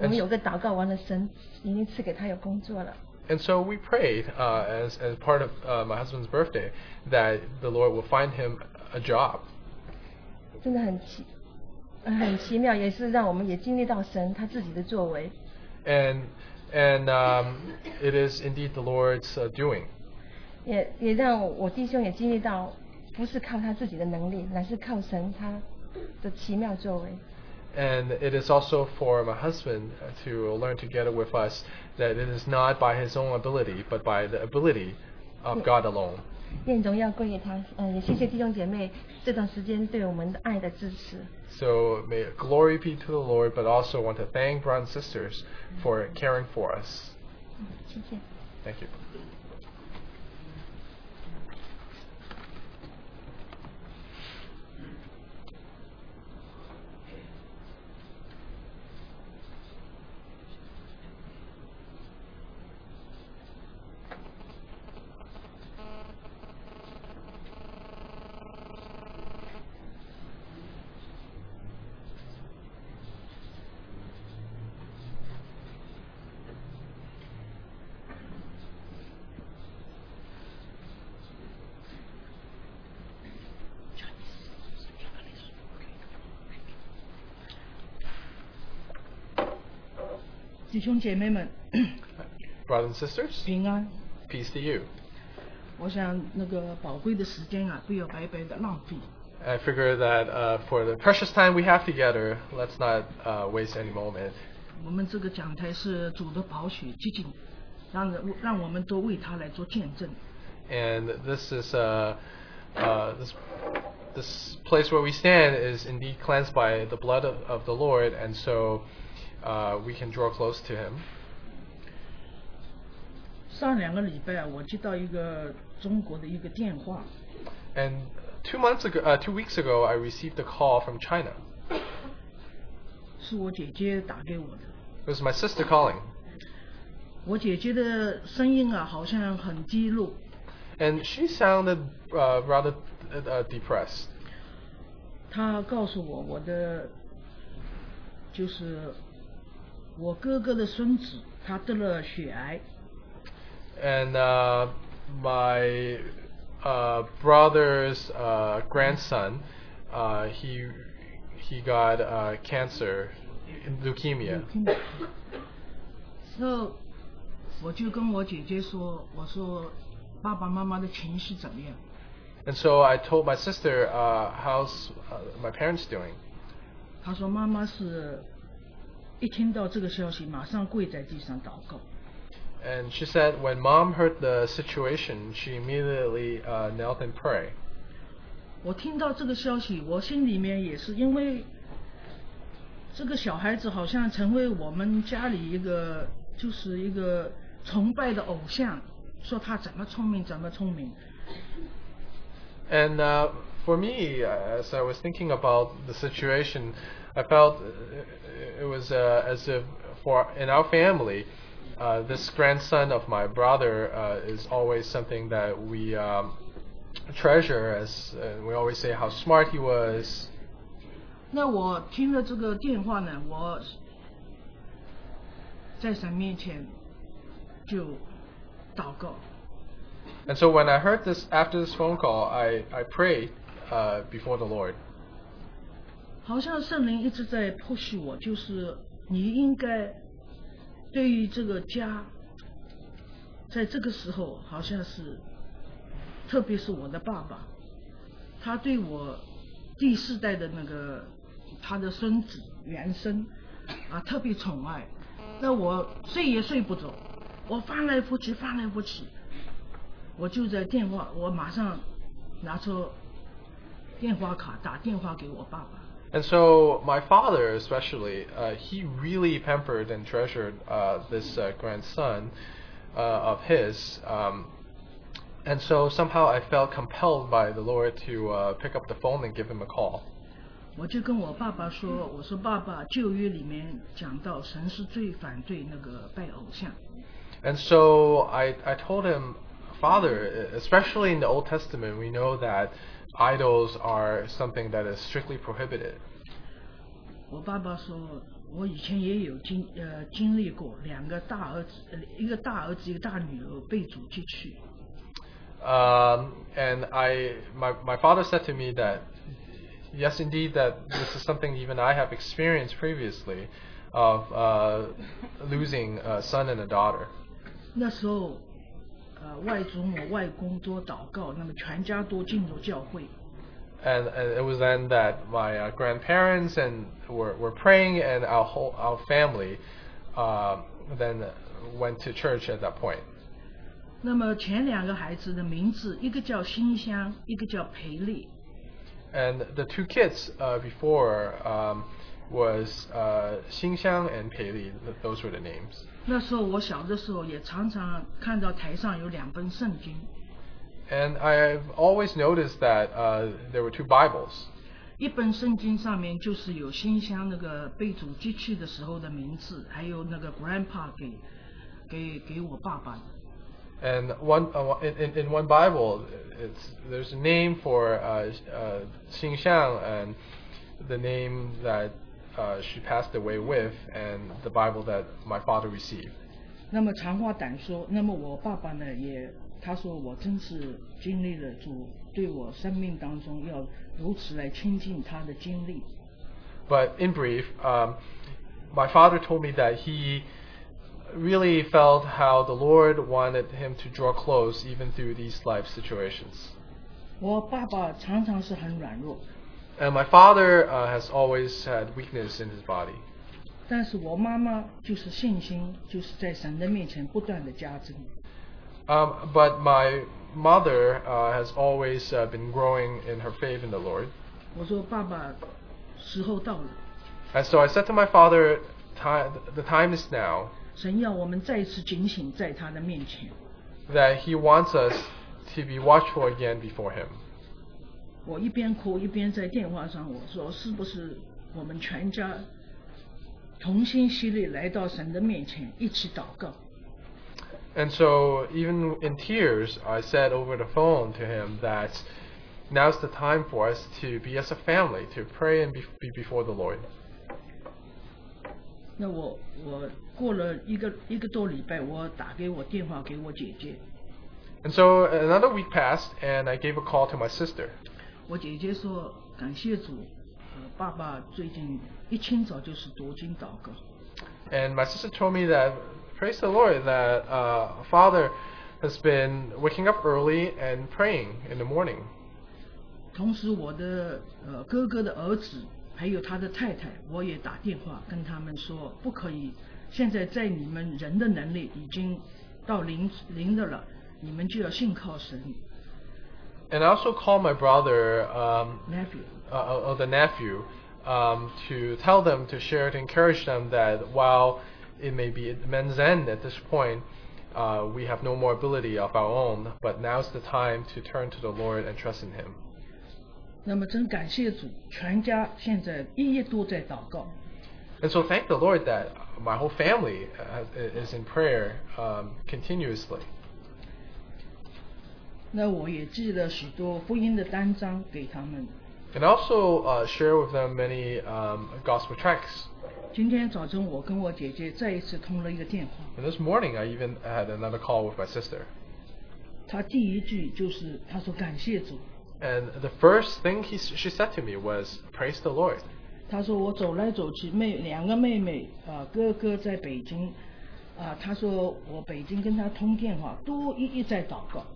S5: 我们有个祷告完了，神已经赐给他有工作了。
S6: And so we prayed uh, as, as part of uh, my husband's birthday that the Lord will find him a job.
S5: 真的很奇，呃很奇妙，也是让我们也经历到神他自己的作为。
S6: And, and um, it is indeed the Lord's uh, doing.
S5: 也也让我弟兄也经历到，不是靠他自己的能力，乃是靠神他的奇妙作为。
S6: And it is also for my husband to learn together with us that it is not by his own ability, but by the ability of God alone.
S5: 愿荣耀归于他，嗯、也谢谢弟兄姐妹这段时间对我们的爱的支持。
S6: So may glory be to the Lord, but also want to thank brothers and sisters for caring for us.
S5: 嗯，谢谢。
S6: Thank you. Brothers and sisters,
S7: *coughs* 平安，
S6: peace to you.
S7: 我想那个宝贵的时间啊，不要白白的浪费。
S6: I figure that uh, for the precious time we have together, let's not uh, waste any moment.
S7: 我们这个讲台是主的宝血接近，让人让我们都为他来做见证。
S6: And this is uh, uh, this this place where we stand is indeed cleansed by the blood of, of the Lord, and so uh, we can draw close to Him.
S7: 上两个礼拜啊，我接到一个中国的一个电话，
S6: And two months ago, uh, two weeks ago, I received a call from China.
S7: 是我姐姐打给我的。
S6: It was my sister calling,
S7: 我姐姐的声音啊，好像很低落，
S6: and she sounded uh, rather uh, depressed.
S7: 她告诉我我的就是我哥哥的孙子，他得了血癌，
S6: and uh, my uh, brother's uh, grandson, uh, he he got uh, cancer, leukemia,
S7: 然后我就跟我姐姐说，我说爸爸妈妈的情绪怎么样？
S6: and so I told my sister, uh, "How's uh, my parents doing?"
S7: 她说妈妈是一听到这个消息，马上跪在地上祷告。
S6: And she said, when mom heard the situation, she immediately uh, knelt and prayed.
S7: 我听到这个消息，我心里面也是因为这个小孩子好像成为我们家里一个就是一个崇拜的偶像，说他怎么聪明怎么聪明。
S6: And uh, for me, uh, as I was thinking about the situation, I felt uh, it was uh, as if for in our family, uh, this grandson of my brother uh, is always something that we um, treasure. As uh, we always say, how smart he was.
S7: 那我听了这个电话呢，我在神面前就祷告，
S6: And so when I heard this after this phone call, I I prayed uh, before the Lord.
S7: 好像圣灵一直在 push 我，就是你应该对于这个家，在这个时候好像是，特别是我的爸爸，他对我第四代的那个他的孙子原生啊特别宠爱，那我睡也睡不着，我翻来覆去翻来覆去，我就在电话，我马上拿出电话卡打电话给我爸爸。
S6: And so my father, especially, uh, he really pampered and treasured uh, this uh, grandson uh, of his. Um, and so somehow I felt compelled by the Lord to uh, pick up the phone and give him a call.
S7: 我就跟我爸爸说：“我说爸爸，旧约里面讲到神是最反对那个拜偶像，
S6: And so I, I told him, Father, especially in the Old Testament, we know that idols are something that is strictly prohibited.
S7: 我爸爸说，我以前也有经呃经历过两个大儿子，呃一个大儿子，一个大女儿被主击去。
S6: Um, and I, my, my father said to me that, yes, indeed, that this is something even I have experienced previously of uh, losing a son and a daughter.
S7: 那时候，呃，外祖母、外公多祷告，那么全家都进入教会。
S6: And, and it was then that my uh, grandparents and were, were praying, and our whole our family uh, then went to church at that point.
S7: 那么前两个孩子的名字，一个叫馨香，一个叫培丽。
S6: And the two kids uh, before um, was uh, Xingxiang and Pei Li. Th- Those were the names.
S7: 那时候我小的时候也常常看到台上有两本圣经，
S6: And I've always noticed that uh, there were two Bibles.
S7: 一本圣经上面就是有新乡那个被主击去的时候的名字，还有那个 grandpa 给给给我爸爸的。
S6: And one uh, one- in, in, in one Bible, it's there's a name for uh, uh, Xingxiang and the name that uh, she passed away with, and the Bible that my father received.
S7: 那么长话短说，那么我爸爸呢也他说我真是经历了主对我生命当中要如此来亲近他的经历。
S6: But in brief, um, my father told me that he really felt how the Lord wanted him to draw close even through these life situations.
S7: 我爸爸常常是很软弱，
S6: And my father uh, has always had weakness in his body.
S7: 但是我妈妈就是信心，就是在神的面前不断的加增。
S6: Um, but my mother uh, has always uh, been growing in her faith in the Lord.
S7: 我说爸爸，时候到了，
S6: And so I said to my father, "Ti- the time is now
S7: 神要我们再次警醒在他的面前。
S6: that he wants us to be watchful again before him.
S7: 我一边哭一边在电话上我说，是不是我们全家同心协力来到神的面前一起祷告？
S6: And so, even in tears, I said over the phone to him that now's the time for us to be as a family, to pray and be, be before the Lord.
S7: 那我我过了一个一个多礼拜，我打给我电话给我姐姐，
S6: And so, another week passed, and I gave a call to my sister.
S7: 我姐姐说感谢主，呃，爸爸最近一清早就是读经祷告，
S6: And my sister told me that, praise the Lord, that uh, Father has been waking up early and praying in the morning.
S7: 同时我的呃哥哥的儿子还有他的太太，我也打电话跟他们说不可以，现在在你们人的能力已经到零零的了，你们就要信靠神
S6: And I also called my brother, um,
S7: nephew。
S6: uh, or the nephew, um, to tell them, to share, to encourage them that while it may be at men's end at this point, uh, we have no more ability of our own, but now's the time to turn to the Lord and trust in Him.
S7: 那么真感谢主，全家现在一夜都在祷告。
S6: And so thank the Lord that my whole family uh, is in prayer um, continuously.
S7: 那我也寄了许多福音的单张给他们。
S6: And also uh, share with them many um, gospel tracts.
S7: 今天早晨我跟我姐姐再一次通了一个电话，
S6: And this morning I even had another call with my sister.
S7: 她第一句就是她说感谢主，
S6: And the first thing he, she said to me was, Praise the Lord.
S7: 她说我走来走去，妹两个妹妹啊、哥哥在北京，啊、她说我北京跟她通电话都一一在祷告。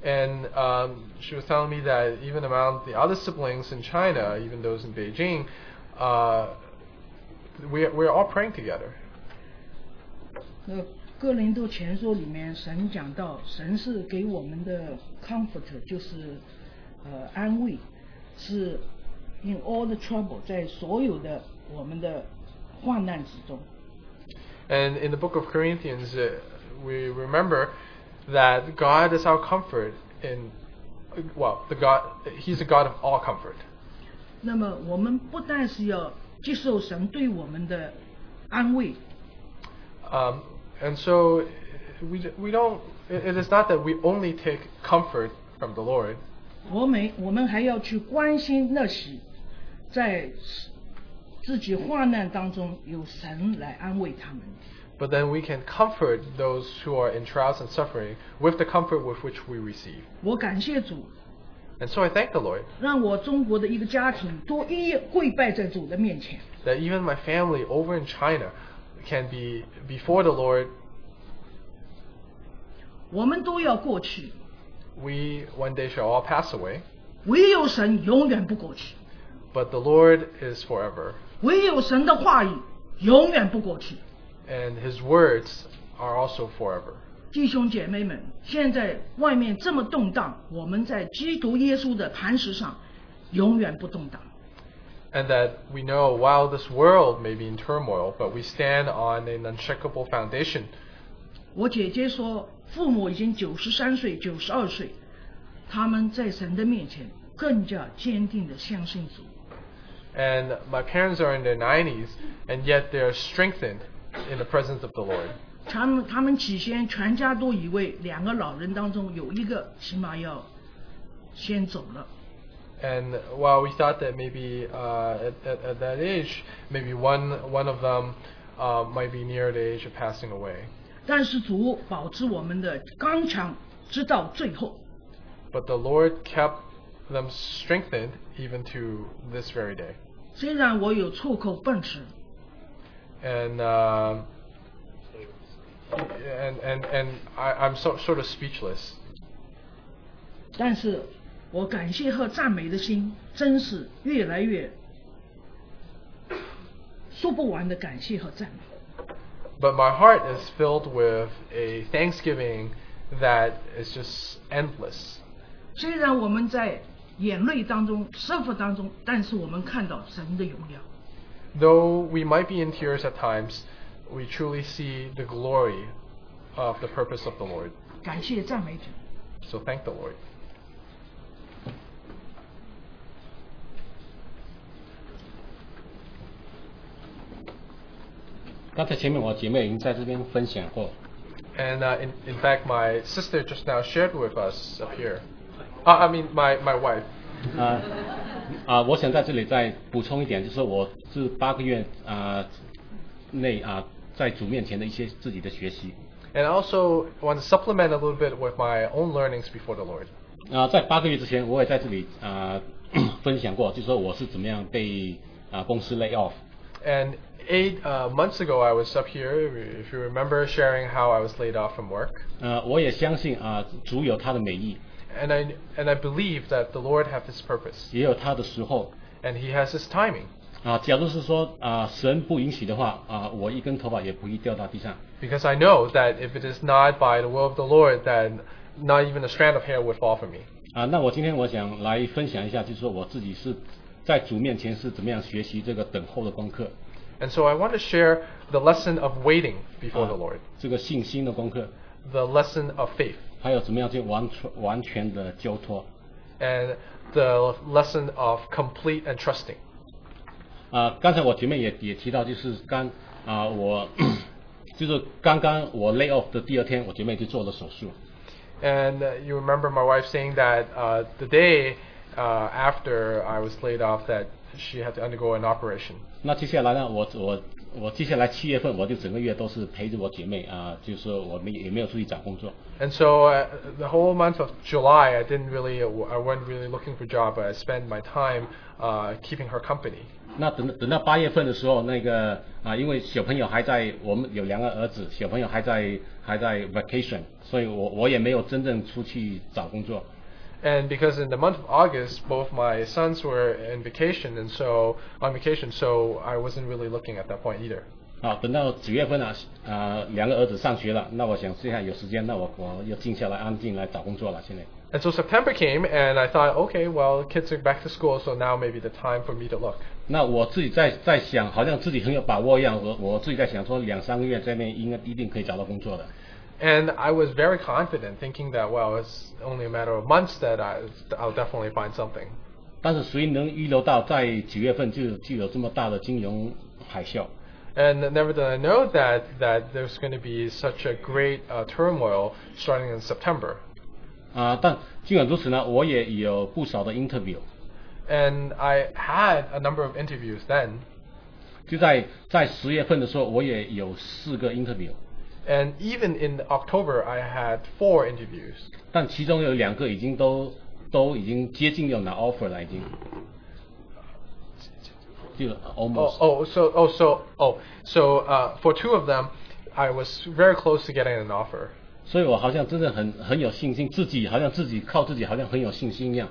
S6: And um, she was telling me that even among the other siblings in China, even those in Beijing, uh, we, we're all praying together.
S7: 那哥林多前书里面神讲到，神是给我们的 comfort，就是呃安慰，是 in all the trouble，在所有的我们的患难之中。
S6: And in the book of Corinthians, uh, we remember that God is our comfort in, well, the God, He's the God of all comfort.
S7: 那么我们不但是要接受神对我们的安慰，
S6: Um, and so we, d- we don't, it it is not that we only take comfort from the Lord,
S7: 我们我们还要去关心那些在自己患难当中有神来安慰他们。
S6: but then we can comfort those who are in trials and suffering with the comfort with which we receive.
S7: 我感谢主，
S6: And so I thank the Lord
S7: 让我中国的一个家庭都一夜跪拜在主的面前。
S6: that even my family over in China can be before the Lord.
S7: 我们都要过去，
S6: We one day shall all pass away,
S7: 唯有神永远不过去，
S6: but the Lord is forever,
S7: 唯有神的话语永远不过去。
S6: and His words are also forever.
S7: 弟兄姐妹们，现在外面这么动荡，我们在基督耶稣的磐石上永远不动荡。
S6: And that we know while this world may be in turmoil, but we stand on an unshakable foundation.
S7: 我姐姐说，父母已经九十三岁、九十二岁，他们在神的面前更加坚定的相信主。
S6: And my parents are in their 90s, and yet they're strengthened in the presence of the Lord.
S7: 他们他们起先全家都以为两个老人当中有一个起码要先走了，
S6: And while we thought that maybe uh, at, at, at that age, maybe one one of them uh, might be near the age of passing away,
S7: 但是主保持我们的刚强，直到最后。
S6: but the Lord kept them strengthened even to this very day.
S7: 虽然我有出口笨舌，
S6: And um and and and I, I'm so, sort of speechless,
S7: 但是我感谢和赞美的心真是越来越说不完的感谢和赞美。
S6: But my heart is filled with a thanksgiving that is just endless.
S7: 虽然我们在眼泪当中、生活当中，但是我们看到神的荣耀。
S6: Though we might be in tears at times, we truly see the glory of the purpose of the Lord.
S7: 感谢赞美主。
S6: So thank the Lord.
S8: 刚才前面我姐妹已经在这边分享过，
S6: And uh, in, in fact, my sister just now shared with us up here. Uh, I mean, my, my wife.
S8: 啊、啊，我想在这里再补充一点，就是我这八个月啊、内啊、在主面前的一些自己的学习
S6: And I also want to supplement a little bit with my own learnings before the Lord.
S8: 啊、在八个月之前我也在这里啊、 *coughs* 分享过，就是说我是怎么样被啊、公司 lay off，
S6: And eight uh, months ago, I was up here, if you remember, sharing how I was laid off from work.
S8: 呃，我也相信啊、主有他的美意，
S6: And I, and I believe that the Lord has His purpose,
S8: 也有他的时候
S6: and He has His timing.
S8: 啊、假如是说啊、神不允许的话啊、我一根头发也不会掉到地上。
S6: Because I know that if it is not by the will of the Lord, then not even a strand of hair would fall from me.
S8: 啊，那我今天我想来分享一下，就是说我自己是在主面前是怎么样学习这个等候的功课，
S6: And so I want to share the lesson of waiting before the Lord,
S8: 这个信心的功课，
S6: the lesson of faith,
S8: 还有怎么样去完全完全的交托。
S6: and the lesson of complete and trusting.
S8: 啊，刚才我前面也也提到，就是刚啊我 *coughs* 就是刚刚我 lay off 的第二天，我姐妹就做了手术。
S6: And uh, you remember my wife saying that uh, the day uh, after I was laid off, that she had to undergo an operation.
S8: 那接下来呢，我我我接下来七月份我就整个月都是陪着我姐妹啊，就是说我们也没有出去找工作。
S6: And so uh, the whole month of July, I didn't really, uh, I wasn't really looking for a job. But I spent my time uh, keeping her company.
S8: 那等等到八月份的时候，那个啊，因为小朋友还在，我们有两个儿子，小朋友还在还在 vacation，所以我我也没有真正出去找工作。
S6: And because in the month of August, both my sons were in vacation, and so on vacation, so I wasn't really looking at that point either.
S8: 啊，等到九月份了、啊，两个儿子上学了，那我想现在有时间，那我我要静下来，安静来找工作了。现在
S6: And so September came, and I thought, okay, well, kids are back to school, so now maybe the time for me to look.
S8: 那我自己在在想，好像自己很有把握一样，我我自己在想说，两三个月在内应该一定可以找到工作的。
S6: And I was very confident, thinking that, well, it's only a matter of months that I, I'll definitely find something.
S8: 但是谁能预料到在九月份就就有这么大的金融海啸？
S6: And never did I know that, that there's going to be such a great uh, turmoil starting in September.
S8: 啊、但尽管如此呢，我也有不少的 interview。
S6: And I had a number of interviews then,
S8: 就在在十月份的时候，我也有四个 interview，
S6: and even in October, I had four interviews.
S8: 但其中有两个已经都都已经接近要拿 offer 了，已经就
S6: Oh,
S8: almost、
S6: oh so oh so oh so uh, for two of them, I was very close to getting an offer.
S8: 所以我好像真的很很有信心，自己好像自己靠自己好像很有信心一样。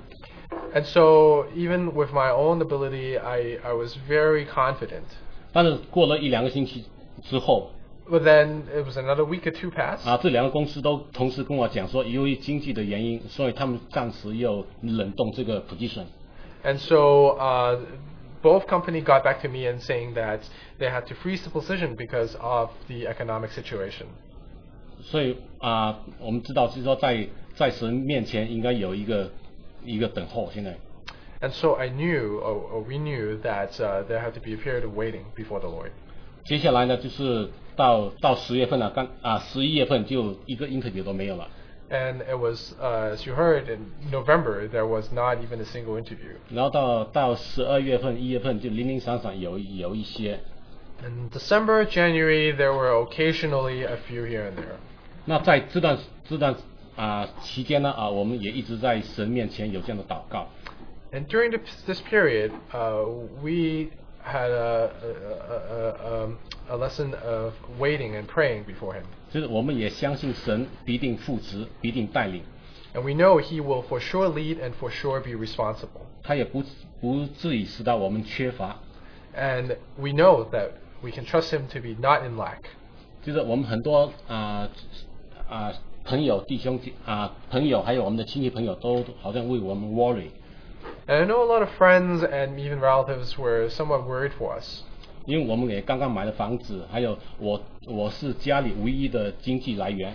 S6: And so even with my own ability, I, I was very confident.
S8: 但是过了一两个星期之后，
S6: But then it was another week or two passed,
S8: 啊，这两个公司都同时跟我讲说，由于经济的原因，所以他们暂时又冷冻这个 position。
S6: and so uh, both company got back to me and saying that they had to freeze the position because of the economic situation.
S8: 所以啊、我们知道就是说在在神面前应该有一个一个等候。现在
S6: And so I knew, or, or we knew, that uh, there had to be a period of waiting before the Lord.
S8: 接下来呢，就是到到十月份了，刚啊十一月份就一个 interview 都没有了。
S6: And it was, uh, as you heard, in November there was not even a single interview.
S8: 然后到到十二月份、一月份就零零散散有有一些。
S6: In December, January, there were occasionally a few here and there.
S8: 那在这段这段啊、期间呢啊，我们也一直在神面前有这样的祷告。
S6: And during the, this period, uh, we had a, a- a, a, um, a lesson of waiting and praying before Him.
S8: 就是我们也相信神必定负责，必定带领，
S6: And we know He will for sure lead and for sure be responsible.
S8: 他也不不至于使到我们缺乏。
S6: and we know that we can trust Him to be not in lack.
S8: 就是我们很多啊啊、朋友、弟兄姐啊、朋友，还有我们的亲戚朋友，都好像为我们 worry，
S6: And I know a lot of friends and even relatives were somewhat worried for us
S8: 因为我们也刚刚买了房子，还有我我是家里唯一的经济来源，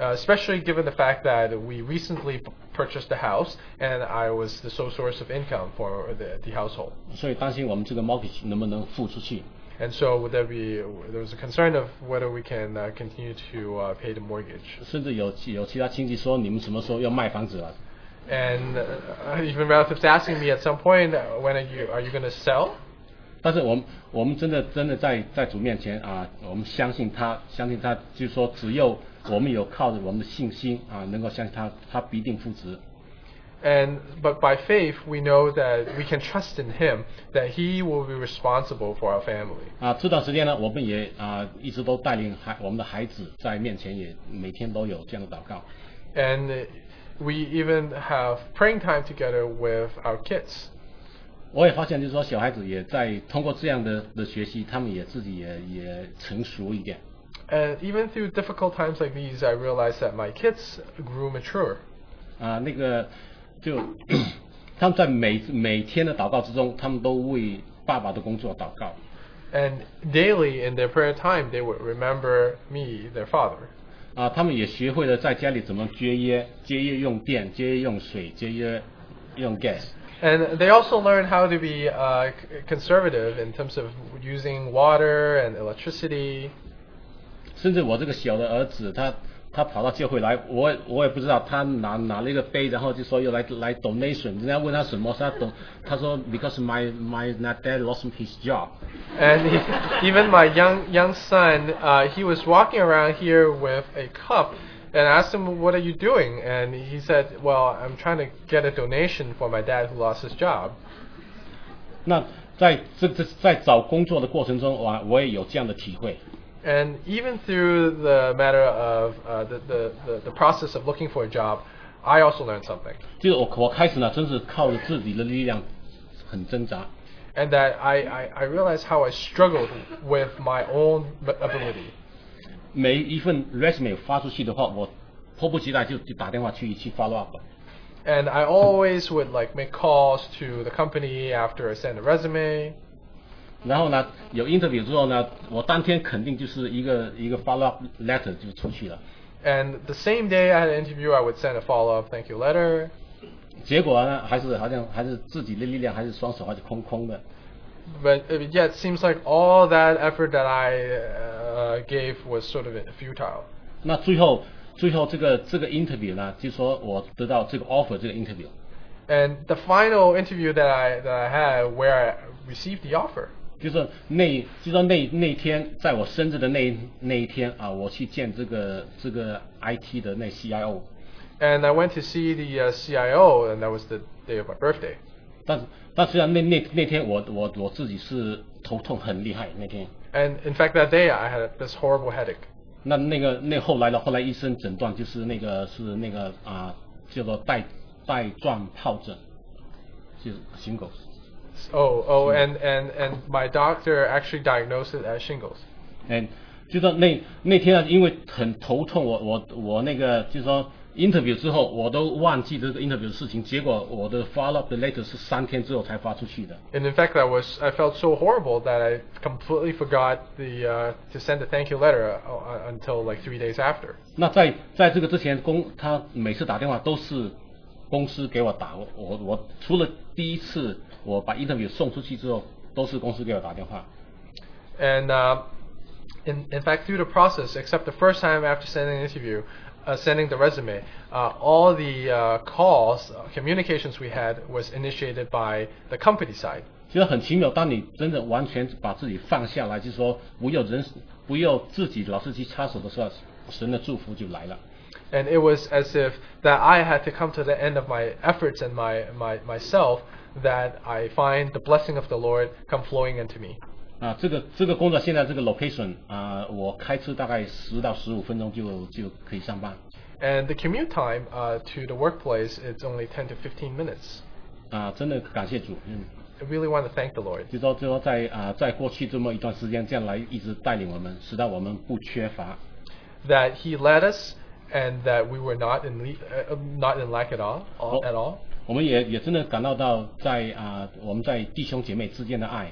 S6: uh, especially given the fact that we recently p- purchased a house and I was the sole source of income for the, the household.
S8: 所以担心我们这个 mortgage 能不能付出去。
S6: And so would there be there was a concern of whether we can uh, continue to uh, pay the mortgage.
S8: 甚至有其有其他亲戚说你们什么时候要卖房子了？
S6: And uh, even relatives asking me at some point, uh, when are you are you going to sell?
S8: 但是我们我们真的真的在在主面前啊，我们相信他，相信他，就是说只有我们有靠着我们的信心啊，能够相信他，他必定负责。
S6: And but by faith we know that we can trust in Him that He will be responsible for our family.
S8: 啊，这段时间呢，我们也啊一直都带领孩我们的孩子在面前也每天都有这样的祷告。
S6: And uh, we even have praying time together with our kids.
S8: 我也发现，就是说小孩子也在通过这样的的学习，他们也自己也也成熟一点。
S6: And even through difficult times like these, I realized that my kids grew mature.
S8: 啊，那个就 *clears throat* 他们在每每天的祷告之中，他们都为爸爸的工作祷告。
S6: And daily in their prayer time, they would remember me, their father.
S8: 啊，他们也学会了在家里怎么节约，节约用电，节约用水，节约用 gas。
S6: And they also learned how to be uh, c- conservative in terms of using water and electricity.
S8: 甚至我这个小的儿子，他他跑到教会来，我也我也不知道他拿拿了一个杯，然后就说要来来 donation，人家问他什么，他懂，他说 because my my my dad lost his job。
S6: And *laughs* he, even my young young son, uh, he was walking around here with a cup, and I asked him, "What are you doing?" And he said, "Well, I'm trying to get a donation for my dad who lost his job."
S8: 那在这这在找工作的过程中，我我也有这样的体会。
S6: And even through the matter of uh, the, the, the the process of looking for a job, I also learned something,
S8: 就是我我开始呢，真是靠着自己的力量很挣扎。
S6: and that I, I, I realized how I struggled with my own b- ability.
S8: 每一份 resume 发出去的话，我迫不及待就就打电话去去 follow up。
S6: And I always would like make calls to the company after I send a resume.
S8: 然后呢，有 interview 之后呢，我当天肯定就是一个一个 follow up letter 就出去了。
S6: And the same day I had an interview, I would send a follow up thank you letter.
S8: 结果呢，还是好像还是自己的力量，还是双手还是空空的。
S6: But uh, yeah, it seems like all that effort that I uh, gave was sort of futile.
S8: 那最后最后这个这个 interview 呢，就说我得到这个 offer 这个 interview，
S6: And the final interview that I, that I had, where I received the offer,
S8: 就是那就说那那天在我生日的那那一天啊，我去见这个这个 IT 的那 CIO，
S6: and I went to see the uh, CIO, and that was the day of my birthday.
S8: 但但实际上那那那天我我我自己是头痛很厉害那天。
S6: And in fact, that day I had this horrible headache.
S8: 那那个那后来的后来医生诊断就是那个是那个啊、叫做带带状疱疹，就是行狗。
S6: Oh, oh, and, and, and my doctor actually diagnosed it as shingles.
S8: 哎，就说那那天啊，因为很头痛，我我我那个就说 interview 之后，我都忘记这个 interview 的事情，结果我的 follow up 的 letter 是三天之后才发出去的。
S6: And in fact, I was I felt so horrible that I completely forgot the uh, to send a thank you letter uh, uh, until like three days after.
S8: 那在在这个之前，公他每次打电话都是公司给我打，我我我除了第一次我把 interview 送出去之后，都是公司给我打电话。
S6: And uh, in in fact, through the process, except the first time after sending an interview, uh, sending the resume, uh, all the uh, calls uh, communications we had was initiated by the company side.
S8: 其实很奇妙，当你真的完全把自己放下来，就是说不要人，不要自己老是去插手的时候，神的祝福就来了。
S6: And it was as if that I had to come to the end of my efforts and my, my myself that I find the blessing of the Lord come flowing into me.
S8: 啊，这个这个工作现在这个 location 啊，我开车大概十到十五分钟就就可以上班。
S6: And the commute time uh, to the workplace it's only 10 to 15 minutes.
S8: 啊，真的感谢主，嗯，
S6: I really want to thank the Lord.
S8: 就说就说在啊、在过去这么一段时间，这样来一直带领我们，使到我们不缺乏，
S6: that he led us and that we were not in le- uh, not in lack at all, all
S8: Oh.
S6: at all
S8: 我们也也真的感到到在啊、我们在弟兄姐妹之间的爱，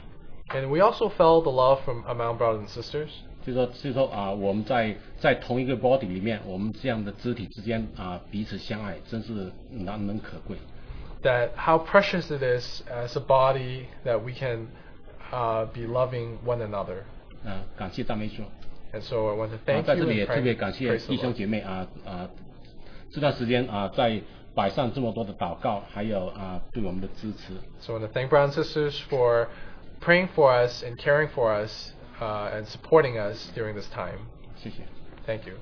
S6: and we also felt the love from among brothers and sisters
S8: 就说就说啊、我们在在同一个 body 里面，我们这样的肢体之间啊、彼此相爱，真是难能可贵。
S6: that how precious it is as a body that we can uh, be loving one another
S8: 啊、感谢赞美主。
S6: and so I want to
S8: 啊
S6: thank
S8: 在
S6: you
S8: 这里也
S6: and
S8: 特
S6: pray-
S8: 别感谢
S6: praise the
S8: 弟兄
S6: Lord.
S8: 姐妹啊啊，这段时间啊在摆上这么多的祷告，还有啊对我们的支持。
S6: so I want to thank brothers and sisters for praying for us and caring for us uh, and supporting us during this time
S8: 谢谢。
S6: thank you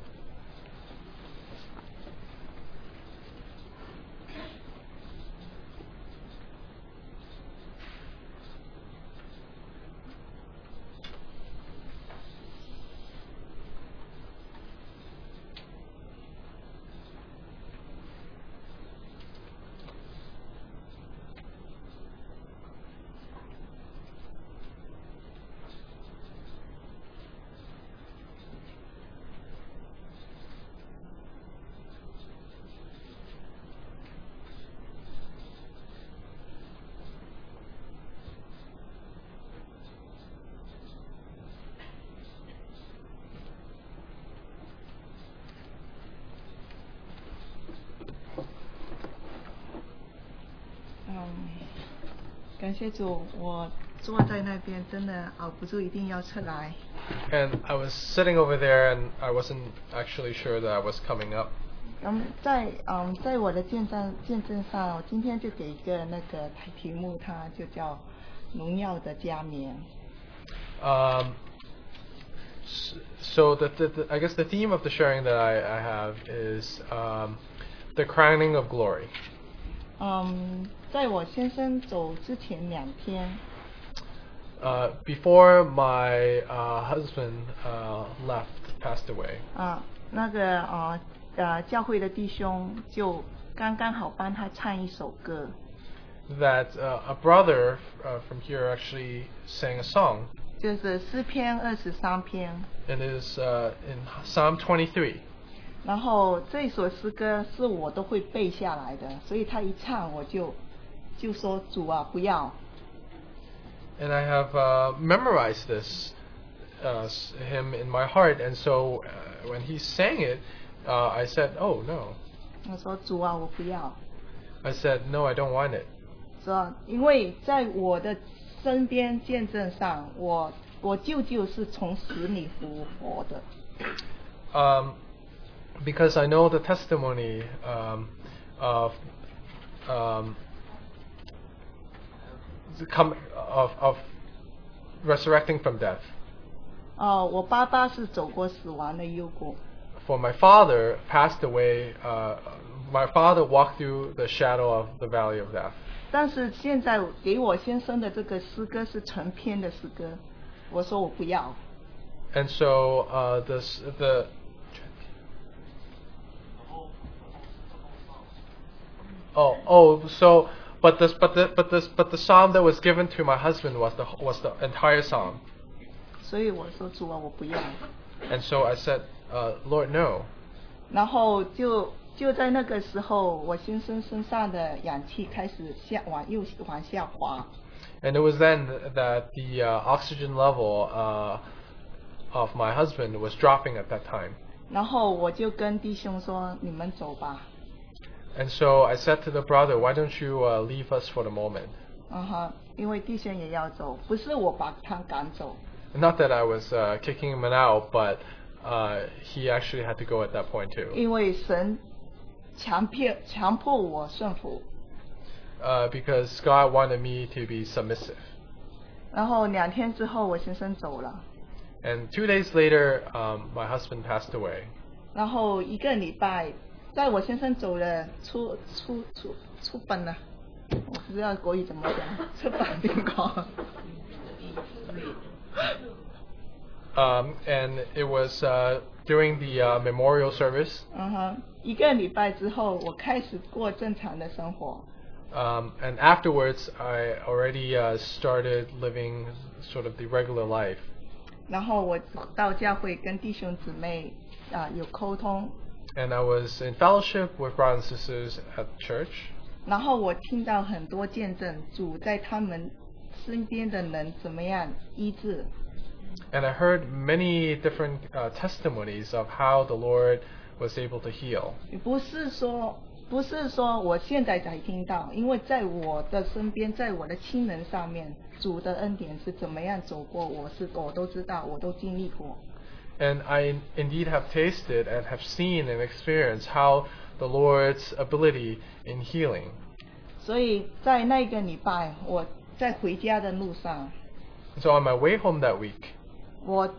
S9: 嗯，感谢主，我坐在那边真的熬不住，一定要出来。
S6: and I was sitting over there and I wasn't actually sure that I was coming up
S9: 嗯，在嗯，在我的见证见证上，我今天就给一个那个题目，它就叫“荣耀的加冕
S6: Um, s- so the, the, the I guess the theme of the sharing that I, I have is um, the crowning of glory. ”。
S9: 嗯，在我先生走之前两天，
S6: Uh, before my uh, husband uh, left, passed away,
S9: 啊，那个啊呃教会的弟兄就刚刚好帮他唱一首歌，
S6: that uh, a brother uh, from here actually sang a song.
S9: 就是诗篇二十三篇。
S6: It is uh, in Psalm 23.
S9: 然后这首诗歌是我都会背下来的，所以他一唱我就就说主啊不要，
S6: And I have uh, memorized this uh, s- him in my heart, and so uh, when he sang it, uh, I said, "Oh no!"
S9: 我说主啊我不要，
S6: I said, "No, I don't want it."
S9: 是吧？因为在我的身边见证上，我我舅舅是从死里复活的，
S6: um, because I know the testimony um, of um, the com- of of resurrecting from death.
S9: 哦，我爸爸是走过死亡的幽谷，
S6: For my father passed away. Uh, my father walked through the shadow of the valley of death.
S9: 但是现在给我先生的这个诗歌是成篇的诗歌，我说我不要，
S6: And so uh, this the oh oh so but this but the but this but the psalm that was given to my husband was the was the entire psalm.
S9: 所以我说主啊我不要。
S6: And so I said, uh, Lord, no.
S9: 然后就就在那个时候，我先生身上的氧气开始下往右往下滑，
S6: And it was then that the uh, oxygen level uh, of my husband was dropping at that time.
S9: 然后我就跟弟兄说：“你们走吧。
S6: And so I said to the brother, why don't you uh, leave us for the moment? ”
S9: 嗯哼，因为弟兄也要走，不是我把他赶走，
S6: Not that I was uh, kicking him out, but uh, he actually had to go at that point too.
S9: 因为神强迫强迫我顺服。
S6: Uh, because God wanted me to be submissive.
S9: 然后两天之后，我先生走了，
S6: And two days later, um, my husband passed away.
S9: 然后一个礼拜，在我先生走了，出出出出本了，我不知道国语怎么讲， *laughs* 出版灵感。
S6: Um, and it was uh, during the uh,
S9: 嗯
S6: memorial service
S9: 嗯哼，一个礼拜之后，我开始过正常的生活。
S6: Um, and afterwards, I already uh, started living sort of the regular life.
S9: 然后我到教会跟弟兄姊妹啊、有沟通，
S6: And I was in fellowship with brothers and sisters at church.
S9: 然后我听到很多见证，主在他们身边的人怎么样医治，
S6: And I heard many different uh, testimonies of how the Lord was able to heal.
S9: 不是说不是说我现在才听到，因为在我的身边，在我的亲人上面，主的恩典是怎么样走过，我是我都知道，我都经历过。
S6: And I indeed have tasted and have seen and experienced how the Lord's ability in healing.
S9: 所以在那个礼拜，我在回家的路上，
S6: So on my way home that week,
S9: 我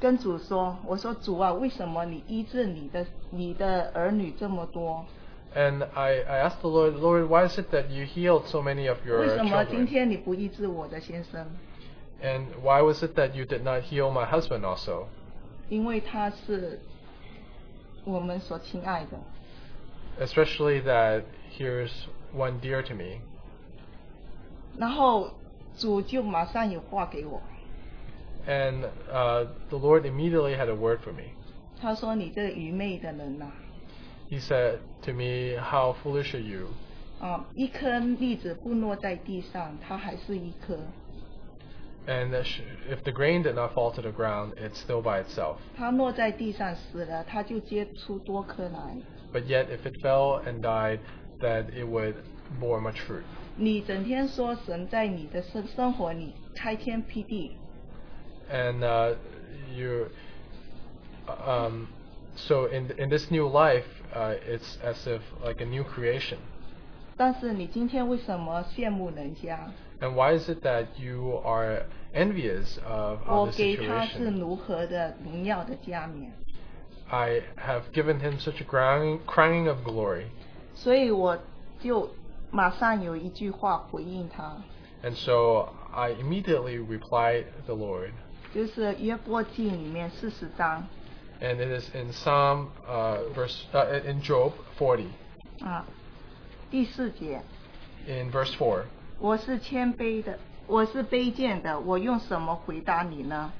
S9: 跟主说：“我说主啊，为什么你医治你的你的儿女这么多？
S6: and I, I asked the Lord, Lord, why is it that you healed so many of your
S9: 为什么今
S6: children?
S9: 天你不医治我的先生？
S6: And why was it that you did not heal my husband also?
S9: 因为他是我们所亲爱的。
S6: Especially that here's one dear to me. ”
S9: 然后主就马上有话给我，
S6: And uh, the Lord immediately had a word for me.
S9: 他说：“你这愚昧的人呐、
S6: He said to me, How foolish are you?
S9: 啊，一颗粒子不落在地上，它还是一颗；
S6: And that sh- if the grain did not fall to the ground, it's still by itself.
S9: 它落在地上死了，它就结出多颗来。
S6: But yet, if it fell and died, that it would bore much fruit.
S9: 你整天说神在你的生生活里开天辟地，
S6: And uh, you, um, so in in this new life, uh, it's as if like a new creation.
S9: 但是你今天为什么羡慕人家？
S6: And why is it that you are envious of
S9: 我
S6: of the
S9: 给他是
S6: situation?
S9: 如何的荣耀的加冕，
S6: I have given him such a crowning, crowning of glory.
S9: 所以我就马上有一句话回应他，
S6: And so I immediately replied the Lord,
S9: 就是约伯记里面四十章
S6: and it is in Psalm uh, verse uh, in Job 40,
S9: 啊第四节，
S6: in verse 4.
S9: 我是谦卑的，我是卑贱的，我用什么回答你呢？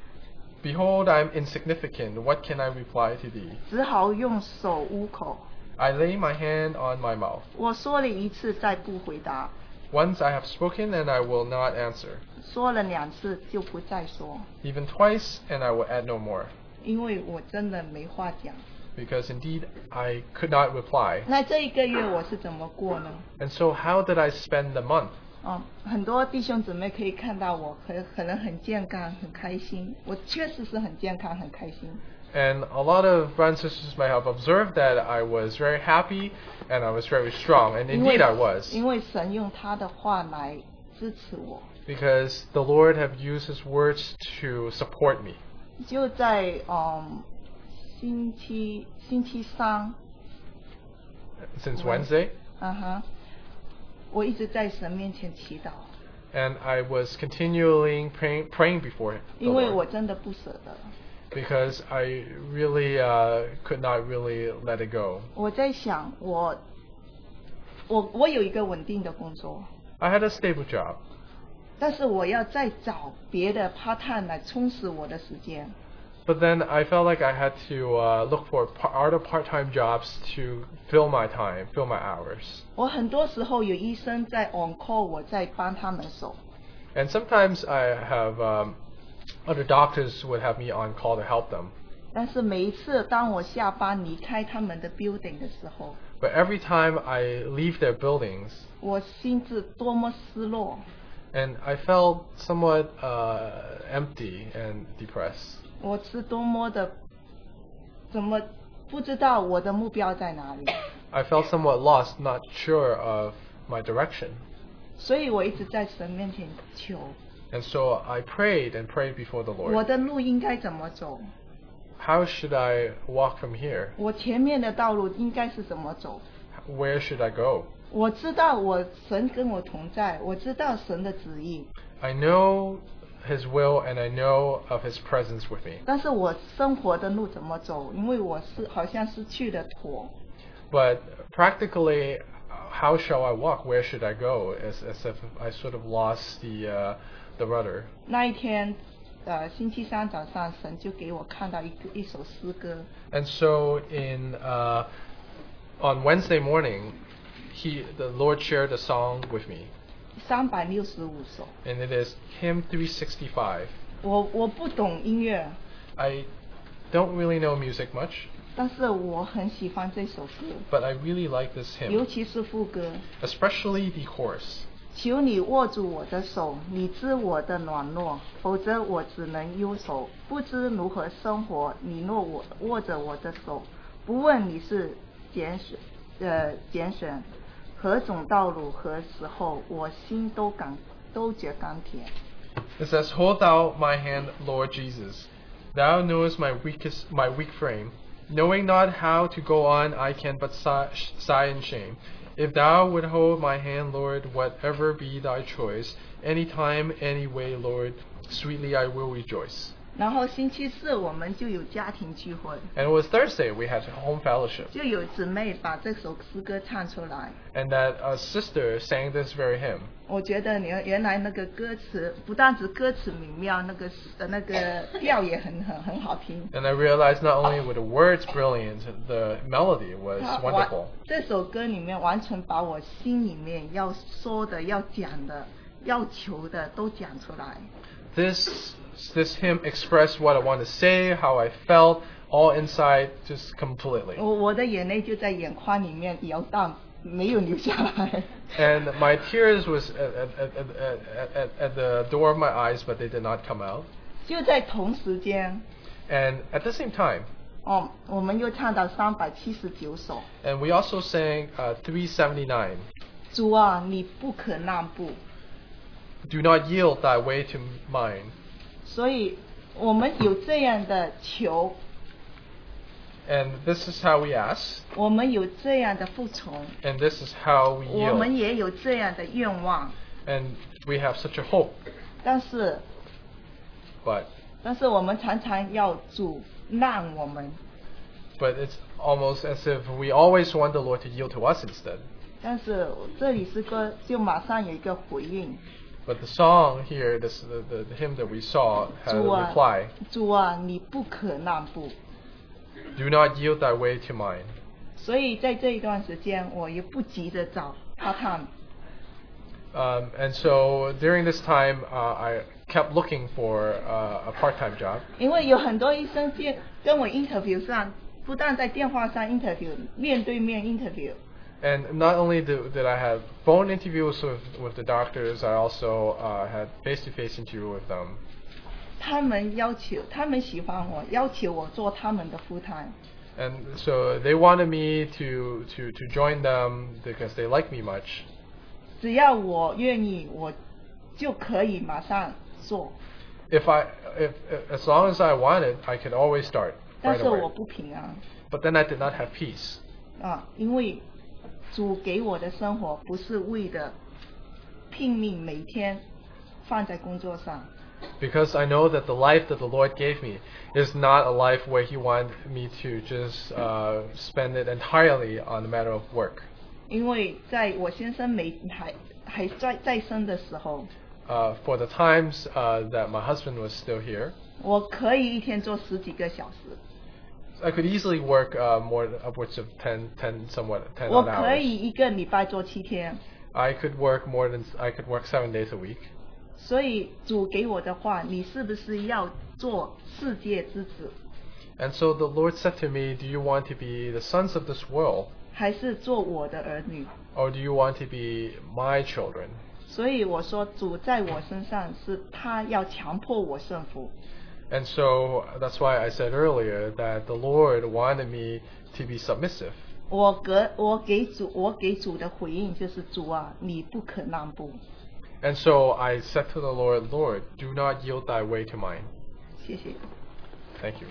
S6: Behold, I am insignificant. What can I reply to thee?
S9: 只好用手捂口。
S6: I lay my hand on my mouth.
S9: 我说了一次，再不回答；
S6: Once I have spoken, and I will not answer.
S9: 说了两次，就不再说，
S6: Even twice, and I will add no more.
S9: 因为我真的没话讲。
S6: Because indeed I could not reply.
S9: 那这一个月我是怎么过呢？
S6: And so, how did I spend the month?
S9: 哦，很多弟兄姊妹可以看到我，可可能很健康，很开心。我确实是很健康，很开心。
S6: And a lot of brothers and sisters may have observed that I was very happy and I was very strong, and
S9: 因为
S6: indeed I was,
S9: 因为神用他的话来支持我。
S6: because the Lord have used His words to support me.
S9: 就在嗯星期星期三，
S6: Since
S9: Right.
S6: Wednesday,
S9: 嗯哼，我一直在神面前祈祷，
S6: and I was continually praying, praying before the
S9: 因为我
S6: Lord
S9: 真的不舍得。
S6: because I really uh, could not really let it go.
S9: 我在想，我我我有一个稳定的工作，
S6: I had a stable job,
S9: 但是我要再找别的 part time 来充实我的时间。
S6: but then I felt like I had to uh, look for par- other part-time jobs to fill my time, fill my hours.
S9: 我很多时候有医生在 on call，我在帮他们手。
S6: And sometimes I have um, other doctors would have me on call to help them.
S9: 但是每一次当我下班离开他们的 building 的时候，
S6: But every time I leave their buildings,
S9: 我心智多么失落。
S6: and I felt somewhat uh, empty and depressed.
S9: 我是多么的，怎么不知道我的目标在哪里？
S6: I felt somewhat lost, not sure of my direction.
S9: 所以我一直在神面前求，
S6: And so I prayed and prayed before the
S9: 我
S6: Lord.
S9: 的路应该怎么走？
S6: How should I walk from here?
S9: 我前面的道路应该是怎么走？
S6: Where should I go?
S9: 我知道我神跟我同在，我知道神的旨意，
S6: I know His will and I know of His presence with me.
S9: 但是我生活的路怎么走？因为我是好像失去了舵，
S6: But practically, how shall I walk? Where should I go? As, as if I sort of lost the uh, the rudder.
S9: 那一天，呃，星期三早上，神就给我看到一个一首诗歌，
S6: And so in uh, on Wednesday morning, he the Lord shared a song with me,
S9: 三百六十五首。
S6: and it is Hymn 365.
S9: 我我不懂音乐，
S6: I don't really know music much,
S9: 但是我很喜欢这首歌，
S6: but I really like this
S9: 尤
S6: hymn,
S9: 其是副歌。
S6: especially the chorus.
S9: 求你握住我的手，你知我的软弱，否则我只能忧愁，不知如何生活。你若我握着我的手，不问你是拣选，呃，拣选何种道路，何时候，我心都感都觉甘甜。
S6: It says, "Hold thou my hand, Lord Jesus. Thou knowest my weakest, my weak frame. Knowing not how to go on, I can but sigh, sigh in shame. If thou would hold my hand, Lord, whatever be thy choice, any time, any way, Lord, sweetly I will rejoice."
S9: 然后星期四我们就有家庭聚会，
S6: And it was Thursday. We had home fellowship,
S9: 就有姊妹把这首诗歌唱出来。
S6: and that a sister sang this very hymn.
S9: 我觉得你原来那个歌词不但是歌词美妙，那个呃那个调也很很很好听。
S6: And I realized not only were the words brilliant, the melody was
S9: 他完
S6: wonderful.
S9: 这首歌里面完全把我心里面要说的、要讲的、要求的都讲出来。
S6: This this hymn expressed what I wanted to say, how I felt, all inside, just completely.
S9: 我我的眼泪就在眼眶里面摇荡，没有流下来。
S6: And my tears was at, at, at, at, at, at the door of my eyes, but they did not come out.
S9: 就在同时间，
S6: And at the same time,
S9: 哦，我们又唱到三百七十九首。
S6: and we also sang uh, 379.
S9: 主啊，你不可让步。
S6: Do not yield thy way to mine.
S9: 所以我们有这样的求，
S6: And this is how we ask,
S9: 我们有这样的服从，
S6: and this is how we
S9: 我们
S6: yield.
S9: 也有这样的愿望，
S6: And we have such a hope,
S9: 但是
S6: but
S9: 但是我们常常要主让我们，
S6: but it's almost as if we always want the Lord to yield to us instead.
S9: 但是这里是个就马上有一个回应，
S6: But the song here, this the, the, the hymn that we saw, had a
S9: 主啊
S6: reply:
S9: 主啊，你不可让步。
S6: "Do not yield thy way to mine."
S9: 所以在这一段时间，我也不急着找他看，
S6: Um, and so during this time, uh, I kept looking for uh, a part-time job
S9: 因为有很多医生见跟我 interview 上，不但在电话上 interview，面对面 interview，
S6: And not only do, did I have phone interviews with, with the doctors, I also uh, had face-to-face interview with them.
S9: 他们要求，他们喜欢我，要求我做他们的 full time。
S6: And so they wanted me to, to, to join them because they like me much.
S9: 只要我愿意，我就可以马上做，
S6: If I, if, if- as long as I wanted, I could always start
S9: 但
S6: right
S9: 是我
S6: away.
S9: 不平安
S6: But then I did not have peace
S9: 啊，因为主给我的生活不是为了拼命每天放在工作上，
S6: because I know that the life that the Lord gave me is not a life where He wanted me to just uh, spend it entirely on the matter of work.
S9: 因为在我先生没还还在在生的时候，
S6: Uh, for the times uh, that my husband was still here,
S9: 我可以一天做十几个小时，
S6: I could easily work uh, more than upwards of 10, 10 somewhat 10
S9: 我
S6: odd
S9: 可
S6: hours.
S9: 以一个礼拜做七天，
S6: I could work more than I could work seven days a week.
S9: 所以主给我的话，你是不是要做世界之子，
S6: And so the Lord said to me, "Do you want to be the sons of this world,
S9: 还是做我的儿女？
S6: or do you want to be my children?"
S9: 所以我说，主在我身上是他要强迫我顺服，
S6: And so that's why I said earlier that the Lord wanted me to be submissive.
S9: 我给我给主我给主的回应就是主啊，你不可让步。
S6: And so I said to the Lord, Lord, do not yield thy way to mine.
S9: 谢谢。
S6: Thank you.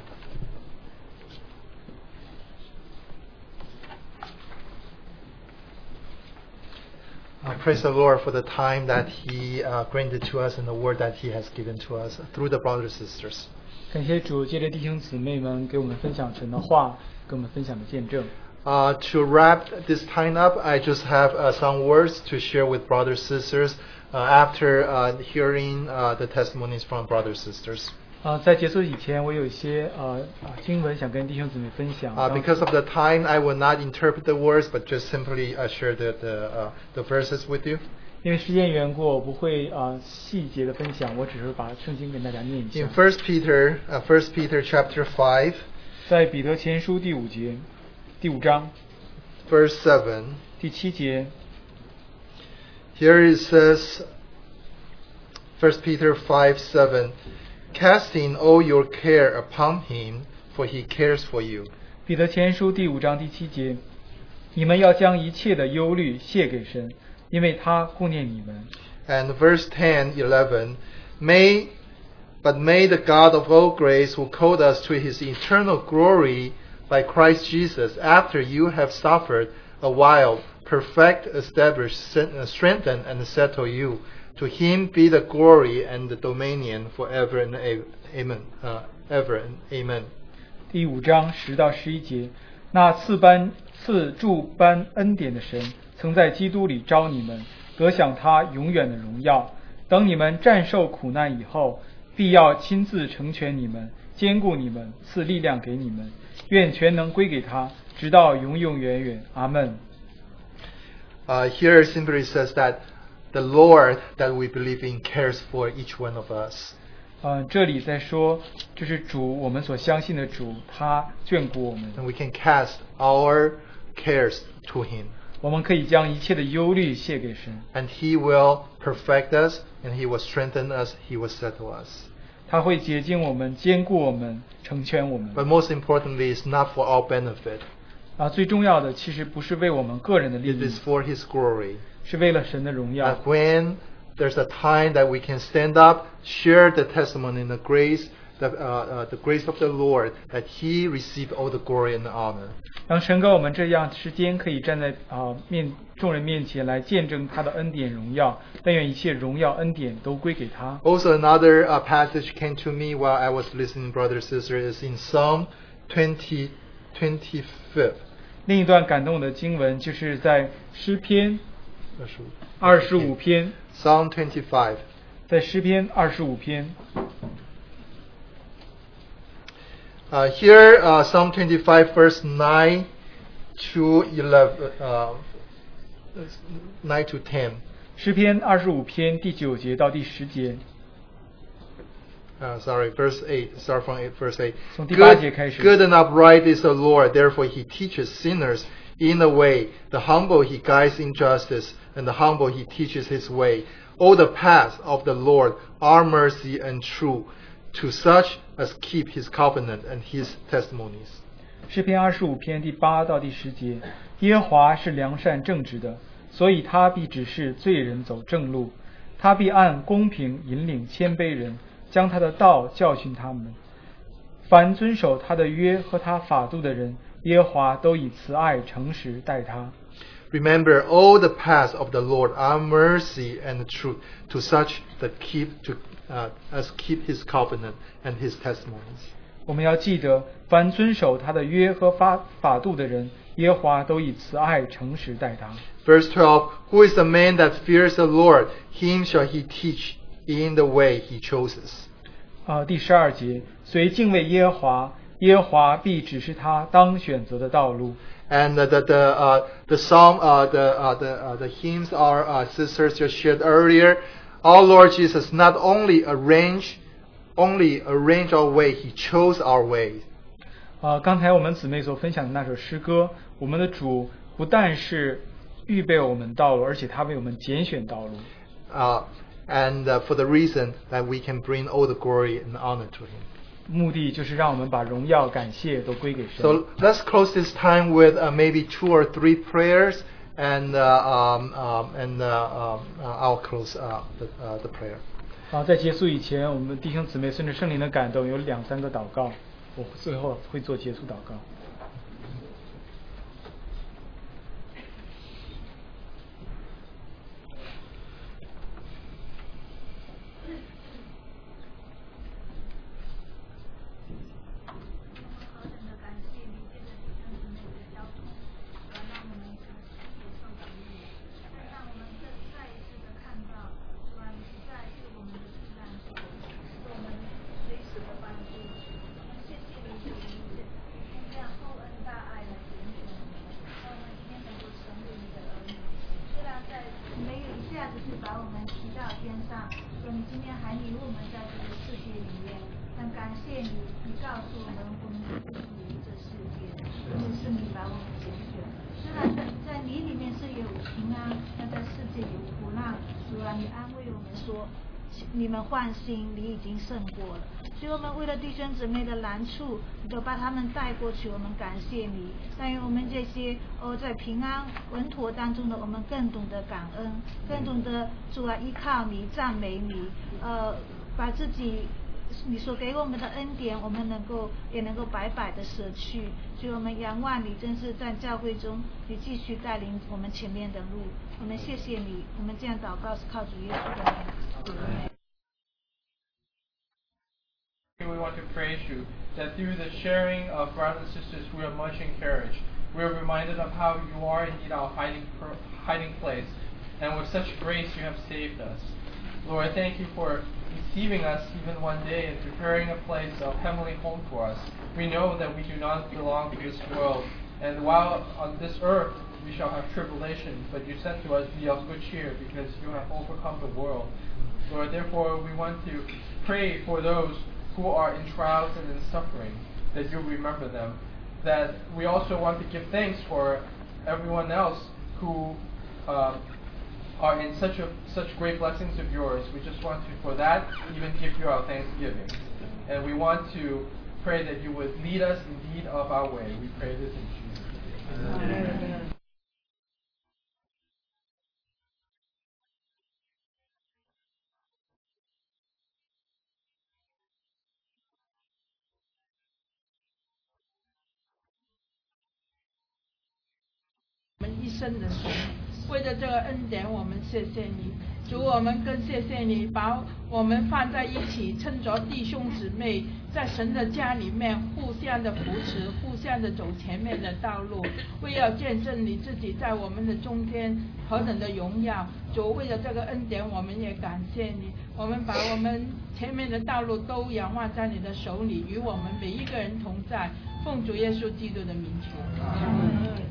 S1: Uh, praise the Lord for the time that He uh, granted to us and the word that He has given to us through the brothers and sisters.
S3: 感谢主，借着弟兄姊妹们给我们分享神的话，给我们分享的见证。
S1: Uh, to wrap this time up, I just have uh, some words to share with brothers sisters uh, after uh, hearing uh, the testimonies from brothers sisters.
S3: 啊、在结束以前，我有一些呃啊经文想跟弟兄姊妹分享。啊
S1: Uh,
S3: 当
S1: because of the time, I will not interpret the words, but just simply uh, share the the, uh, the verses with you.
S3: 因为时间缘故，我不会啊细节的分享，我只是把圣经跟大家念一下。
S1: In First Peter, uh, First Peter chapter five,
S3: 在彼得前书第五节、第五章
S1: verse seven,
S3: 第七节，
S1: here it says, First Peter five seven, casting all your care upon him, for he cares for you.
S3: 彼得前书第五章第七节，你们要将一切的忧虑卸给神，因为他顾念你们。
S1: And verse 10, 11, may, but may the God of all grace who called us to his eternal glory by Christ Jesus, after you have suffered a while, perfect, establish, sen- uh, strengthen, and settle you. To him be the glory and the dominion forever and a- amen. Uh, ever and amen.
S3: 第五章十到十一节，那赐班赐助班恩典的神，曾在基督里招你们，得享他永远的荣耀。等你们战胜苦难以后，必要亲自成全你们，兼顾你们，赐力量给你们。愿全能归给他，直到永永远远。阿门。
S1: Uh, here simply says that the Lord that we believe in cares for each one of us.
S3: 嗯、这里在说，就是主，我们所相信的主，他眷顾我们，
S1: and we can cast our cares to Him,
S3: 我们可以将一切的忧虑卸给神，
S1: and He will perfect us, and He will strengthen us, He will settle us.
S3: 他会洁净我们，兼顾我们，成全我们。
S1: But most importantly, it's not for our benefit;
S3: 啊，最重要的其实不是为我们个人的利
S1: it is
S3: 益，
S1: for 啊 His glory.
S3: 是为了神的荣耀
S1: And。when there's a time that we can stand up, share the testimony and the grace, the, uh, uh, the grace of the Lord, that He received all the glory and the honor.
S3: 当神给我们这样时间，可以站在啊面众人面前来见证他的恩典荣耀。但愿一切荣耀恩典都归给他。
S1: Also, another uh, passage came to me while I was listening, brother sister, is in Psalm 20, 25.
S3: 另一段感动的经文就是在诗篇二十五篇，
S1: Psalm 25.
S3: 在诗篇二十五篇
S1: Uh, here, uh, Psalm 25, verse 9 to 11, uh, 9 to 10.
S3: 诗篇二十五篇第九节到第十节，
S1: Uh, sorry, verse 8. Start from 8, verse 8.
S3: 从第八节开始。
S1: good and upright is the Lord, therefore he teaches sinners in a way. The humble he guides in justice, and the humble he teaches his way. All the paths of the Lord are mercy and true to such as keep his covenant and his testimonies.
S3: 诗篇二十五篇第八到第十节，耶和华是良善正直的，所以他必指示罪人走正路，他必按公平引领谦卑人，将他的道教训他们。凡遵守他的约和他法度的人，耶和华都以慈爱诚实待他。
S1: Remember, all the paths of the Lord are mercy and truth to such that keep to uh, as keep His covenant and His testimonies.
S3: 我们要记得，凡遵守他的约和法法度的人，耶和华都以慈爱诚实待他。
S1: Verse twelve: Who is the man that fears the Lord? Him shall He teach in the way He chooses.
S3: 啊，第十二节，随敬畏耶和华，耶和华必指示他当选择的道路。
S1: And uh, the the uh, the psalm uh, the uh, the uh, the hymns our uh, sisters just shared earlier. Our Lord Jesus not only arrange, only arrange our way, He chose our way.
S3: 啊，刚才我们姊妹所分享的那首诗歌，我们的主不但是预备我们道路，而且他为我们拣选道路。
S1: uh, and uh, for the reason that we can bring all the glory and honor to Him.
S3: 目的就是让我们把荣耀、感谢都归给神。
S1: So let's close this time with uh, maybe two or three prayers, and uh, um, um, and uh, um, uh, I'll close uh, the, uh, the prayer.
S3: 啊，在结束以前，我们弟兄姊妹顺着圣灵的感动，有两三个祷告，我最后会做结束祷告。
S10: 好，真的感谢您，真的是向你们的邀请，我们提到天上，说你今天还迷我们在这个世界里面，但感谢你，你告诉我们我们不属于这世界，也是你把我们拣选。虽然在在你里面是有平安，但在世界有苦难，主啊，你安慰我们说。你们放心，你已经胜过了。所以我们为了弟兄姊妹的难处，你都把他们带过去，我们感谢你。但愿我们这些哦，在平安稳妥当中的，我们更懂得感恩，更懂得主啊依靠你，赞美你，呃，把自己你所给我们的恩典，我们能够也能够白白的舍去。所以我们仰望你，真是在教会中，你继续带领我们前面的路。我们谢谢你，我们这样祷告是靠主耶稣的名。
S6: We want to praise you that through the sharing of brothers and sisters, we are much encouraged. We are reminded of how you are indeed our hiding, pro- hiding place, and with such grace you have saved us. Lord, I thank you for receiving us even one day and preparing a place of heavenly home for us. We know that we do not belong to this world, and while on this earth we shall have tribulation, but you said to us, Be of good cheer, because you have overcome the world. Lord, therefore we want to pray for those who are in trials and in suffering, that you remember them. That we also want to give thanks for everyone else who uh, are in such a, such great blessings of yours. We just want to, for that, even give you our thanksgiving. And we want to pray that you would lead us indeed of our way. We pray this in Jesus' name.
S11: 我们一生的神，为了这个恩典，我们谢谢你，主，我们更谢谢你把我们放在一起，趁着弟兄姊妹在神的家里面互相的扶持，互相的走前面的道路，为了见证你自己在我们的中间何等的荣耀。主，为了这个恩典，我们也感谢你，我们把我们前面的道路都仰望在你的手里，与我们每一个人同在，奉主耶稣基督的名求。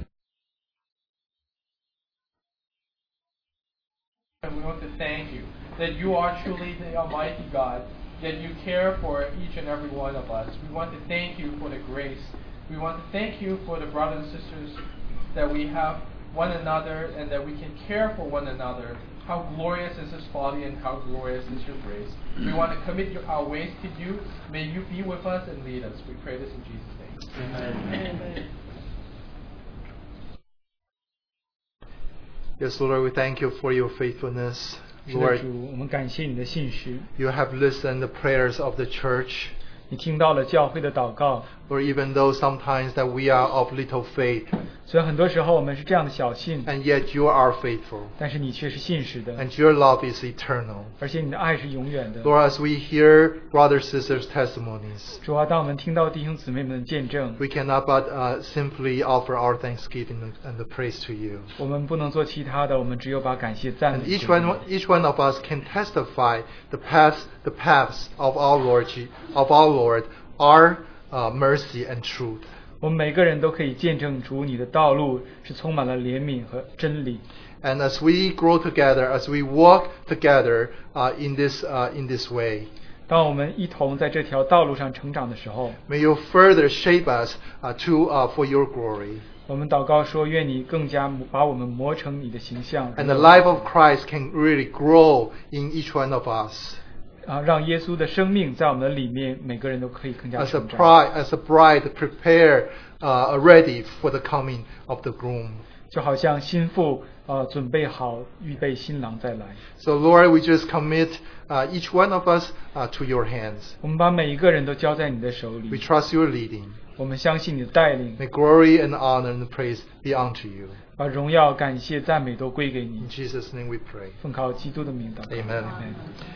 S6: And we want to thank you that you are truly the Almighty God, that you care for each and every one of us. We want to thank you for the grace. We want to thank you for the brothers and sisters that we have one another and that we can care for one another. How glorious is this body and how glorious is your grace. We want to commit your, our ways to you. May you be with us and lead us. We pray this in Jesus' name.
S1: Yes, Lord, we thank you for your faithfulness.
S3: 是的
S1: Lord,
S3: 主，我们感谢你的信实，
S1: you have listened the prayers of the church.
S3: 你听到了教会的祷告。
S1: Lord, even though sometimes that we are of little faith,
S3: 虽然很多时候我们是这样的小信，
S1: and yet you are faithful,
S3: 但是你却是信实的，
S1: and your love is eternal.
S3: 而且你的爱是永远的。
S1: Lord, as we hear brothers sisters' testimonies,
S3: 主啊，当我们听到弟兄姊妹们的见证，
S1: we cannot but uh, simply offer our thanksgiving and the praise to you.
S3: 我们不能做其他的，我们只有把感谢赞
S1: And
S3: 美
S1: 嗯 each
S3: 给你。
S1: one, each one of us can testify the paths, the paths of our Lord, Je- of our Lord, are uh, mercy and truth.
S3: 我们每个人都可以见证主你的道路是充满了怜悯和真理。
S1: And as we grow together, as we walk together uh, in this uh, in this way,
S3: 当我们一同在这条道路上成长的时候，
S1: may you further shape us uh, to uh, for your glory.
S3: 我们祷告说：愿你更加把我们磨成你的形象，
S1: And the life of Christ can really grow in each one of us
S3: 啊，让耶稣的生命在我们的里面，每个人都可以更加
S1: as a
S3: 成长。
S1: bride, as a bride prepare uh, ready for the coming of the groom.
S3: 就好像心腹呃准备好预备新郎再来。
S1: So Lord, we just commit uh, each one of us uh, to your hands.
S3: 我们把每一个人都交在你的手
S1: We
S3: 里，
S1: trust your leading.
S3: 我们相信你的带领，
S1: May glory and honor and praise be unto you.
S3: 把荣耀、感谢、赞美都归给你
S1: In。Jesus' name we pray.
S3: 奉靠基督的名祷告。
S1: Amen.